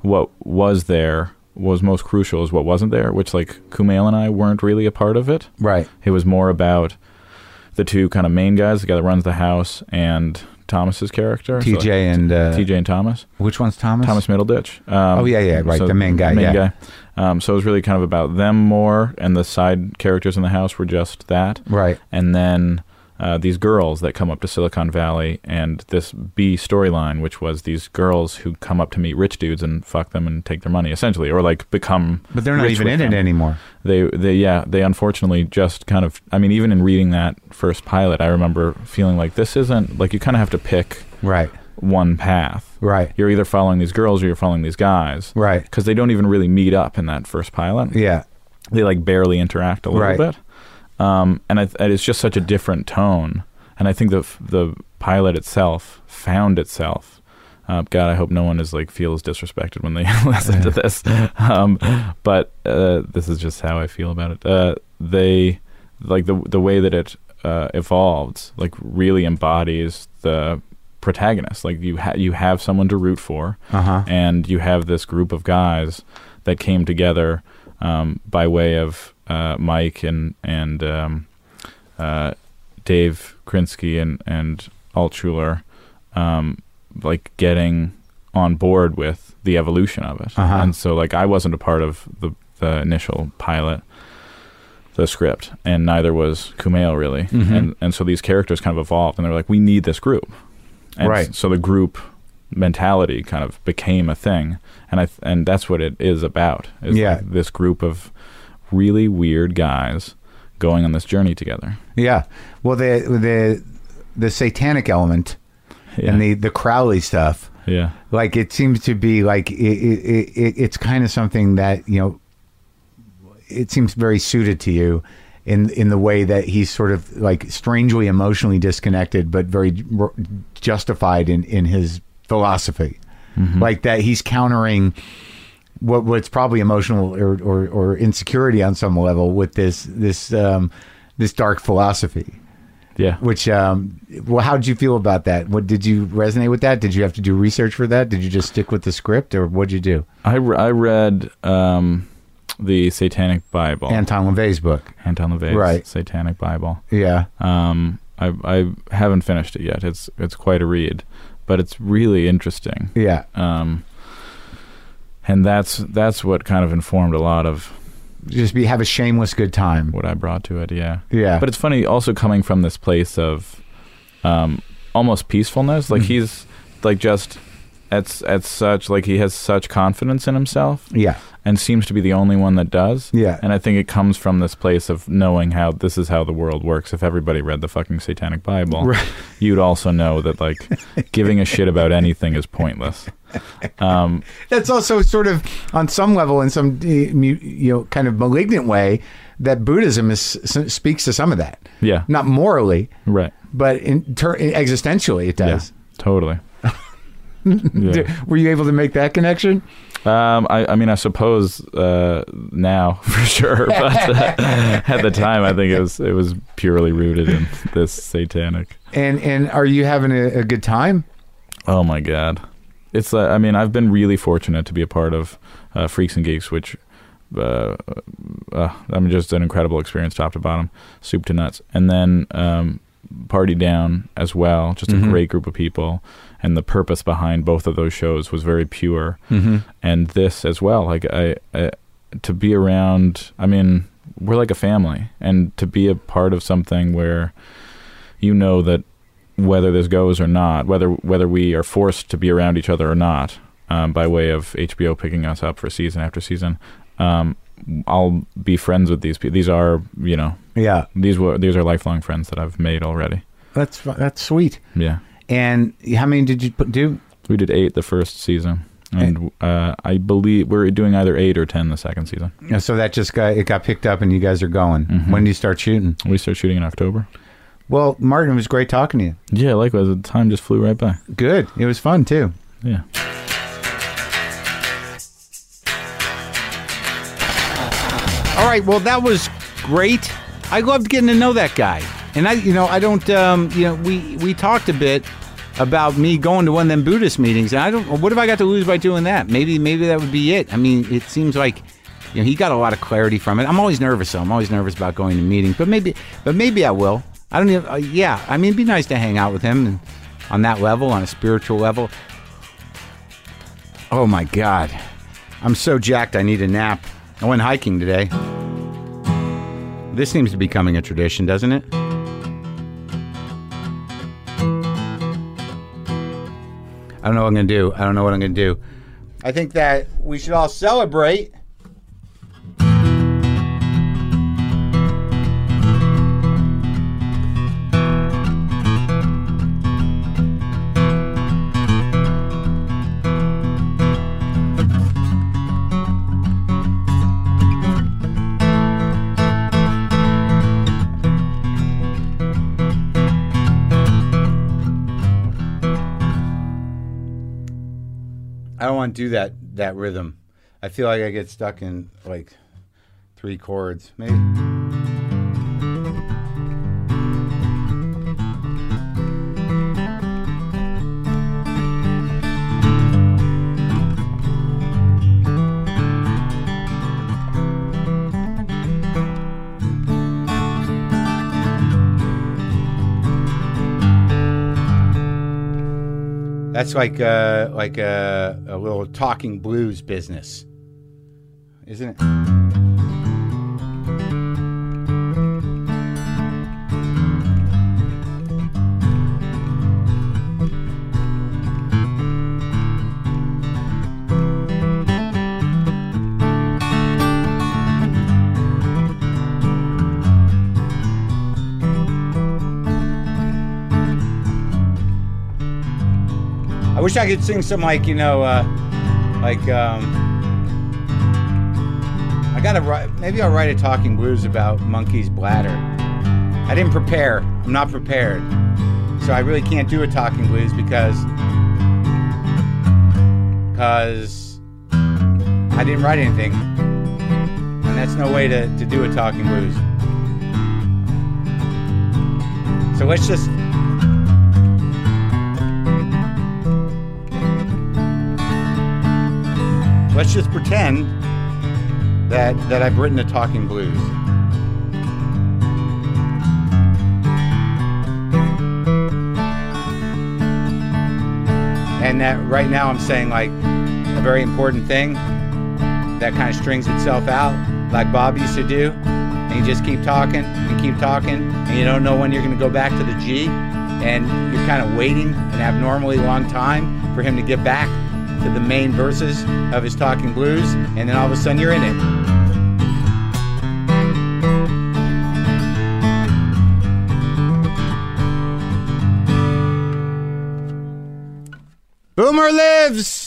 Speaker 5: what was there was most crucial is what wasn't there, which like Kumail and I weren't really a part of it.
Speaker 1: Right.
Speaker 5: It was more about the two kind of main guys, the guy that runs the house and Thomas's character. So,
Speaker 1: TJ
Speaker 5: like,
Speaker 1: and uh,
Speaker 5: TJ and Thomas.
Speaker 1: Which one's Thomas?
Speaker 5: Thomas Middleditch. Um,
Speaker 1: Oh, yeah, yeah, right, the main guy,
Speaker 5: Main
Speaker 1: yeah.
Speaker 5: guy. Um, so it was really kind of about them more, and the side characters in the house were just that.
Speaker 1: Right.
Speaker 5: And then uh, these girls that come up to Silicon Valley, and this B storyline, which was these girls who come up to meet rich dudes and fuck them and take their money, essentially, or like become.
Speaker 1: But they're not
Speaker 5: rich
Speaker 1: even
Speaker 5: with
Speaker 1: in it
Speaker 5: them
Speaker 1: anymore.
Speaker 5: they they yeah they unfortunately just kind of i mean even in reading that first pilot i remember feeling like this isn't like you kind of have to pick
Speaker 1: Right.
Speaker 5: one path
Speaker 1: Right.
Speaker 5: you're either following these girls or you're following these guys
Speaker 1: Right.
Speaker 5: because they don't even really meet up in that first pilot
Speaker 1: Yeah.
Speaker 5: they like barely interact a little
Speaker 1: Right.
Speaker 5: bit um and, I, and it's just such a different tone and i think the f- the pilot itself found itself uh, God, I hope no one is like feels disrespected when they listen to this. Um, but uh, this is just how I feel about it. Uh, they like the the way that it uh, evolved, like really embodies the protagonist. Like you ha- you have someone to root for,
Speaker 1: Uh-huh.
Speaker 5: and you have this group of guys that came together um, by way of uh, Mike and and um, uh, Dave Krinsky and and Altshuler, um, like getting on board with the evolution of it.
Speaker 1: Uh-huh.
Speaker 5: And so, like, I wasn't a part of the the initial pilot, the script, and neither was Kumail really.
Speaker 1: Mm-hmm.
Speaker 5: And and so these characters kind of evolved, and they're like, we need this group. And
Speaker 1: Right.
Speaker 5: So the group mentality kind of became a thing, and I th- and that's what it is about. Is
Speaker 1: Yeah.
Speaker 5: like this group of really weird guys going on this journey together.
Speaker 1: Yeah. Well, the the the satanic element
Speaker 5: Yeah.
Speaker 1: and the the Crowley stuff
Speaker 5: Yeah.
Speaker 1: like it seems to be like it, it, it, it's kind of something that you know it seems very suited to you in in the way that he's sort of like strangely emotionally disconnected but very r- justified in in his philosophy like that he's countering what what's probably emotional or, or or insecurity on some level with this this um this dark philosophy
Speaker 5: Yeah.
Speaker 1: which um well how did you feel about that what did you resonate with that did you have to do research for that did you just stick with the script or what'd you do
Speaker 5: I, re- I read um, the Satanic Bible.
Speaker 1: anton levey's book
Speaker 5: Anton LaVey's
Speaker 1: Right.
Speaker 5: Satanic Bible.
Speaker 1: yeah
Speaker 5: Um, I I haven't finished it yet. It's it's quite a read, but it's really interesting.
Speaker 1: yeah
Speaker 5: Um, and that's that's what kind of informed a lot of
Speaker 1: just be have a shameless good time
Speaker 5: what I brought to it. Yeah.
Speaker 1: yeah
Speaker 5: But it's funny also coming from this place of um, almost peacefulness. Like he's like just at at such like he has such confidence in himself
Speaker 1: yeah
Speaker 5: and seems to be the only one that does.
Speaker 1: Yeah.
Speaker 5: And I think it comes from this place of knowing how this is how the world works. If everybody read the fucking satanic Bible, you'd also know that like giving a shit about anything is pointless. Um,
Speaker 1: that's also sort of on some level in some uh, mu- you know kind of malignant way that buddhism is s- speaks to some of that
Speaker 5: yeah.
Speaker 1: not morally
Speaker 5: Right.
Speaker 1: but in ter- existentially it does
Speaker 5: Yeah. Totally. Yeah.
Speaker 1: D- were you able to make that connection
Speaker 5: Um, I, I mean, I suppose uh, now for sure, but uh, at the time, I think it was it was purely rooted in this satanic.
Speaker 1: and and are you having a, a good time
Speaker 5: Oh my god, it's. Uh, I mean, I've been really fortunate to be a part of uh, Freaks and Geeks, which. Uh, uh, I mean, just an incredible experience, top to bottom, soup to nuts, and then um, Party Down as well. Just a great group of people, and the purpose behind both of those shows was very pure, and this as well. Like I, I, to be around. I mean, we're like a family, and to be a part of something where you know that whether this goes or not, whether whether we are forced to be around each other or not, um, by way of HBO picking us up for season after season, um, I'll be friends with these people. These are you know
Speaker 1: yeah
Speaker 5: these were these are lifelong friends that I've made already.
Speaker 1: that's fu- that's sweet
Speaker 5: Yeah,
Speaker 1: And how many did you put, do?
Speaker 5: we did eight the first season, and uh, I believe we're doing either eight or ten the second season.
Speaker 1: So that just got it got picked up, and you guys are going. When do you start shooting?
Speaker 5: We start shooting in October.
Speaker 1: Mm-hmm. Well, Martin, it was great talking to you.
Speaker 5: Yeah, likewise, the time just flew right by.
Speaker 1: Good. It was fun too.
Speaker 5: Yeah.
Speaker 6: All right. Well, that was great. I loved getting to know that guy. And I, you know, I don't, um, you know, we we talked a bit about me going to one of them Buddhist meetings, and I don't. What have I got to lose by doing that? Maybe, maybe that would be it. I mean, it seems like, you know, he got a lot of clarity from it. I'm always nervous, though. I'm always nervous about going to meetings, but maybe, but maybe I will. I don't even. Uh, yeah, I mean, it'd be nice to hang out with him and on that level, on a spiritual level. Oh my God, I'm so jacked. I need a nap. I went hiking today. This seems to be becoming a tradition, doesn't it?
Speaker 1: I don't know what I'm gonna do. I don't know what I'm gonna do.
Speaker 6: I think that we should all celebrate.
Speaker 1: I don't want to do that that rhythm. I feel like I get stuck in like three chords, maybe. That's like uh, like a, a little talking blues business, isn't it? I wish I could sing some like you know, uh, like um, I gotta write. Maybe I'll write a talking blues about monkey's bladder. I didn't prepare. I'm not prepared, so I really can't do a talking blues because because I didn't write anything, and that's no way to to do a talking blues. So let's just let's just pretend that that I've written a talking blues. And that right now I'm saying like a very important thing that kind of strings itself out, like Bob used to do. And you just keep talking and keep talking, and you don't know when you're going to go back to the G. And you're kind of waiting an abnormally long time for him to get back to the main verses of his talking blues, and then all of a sudden you're in it. Boomer lives!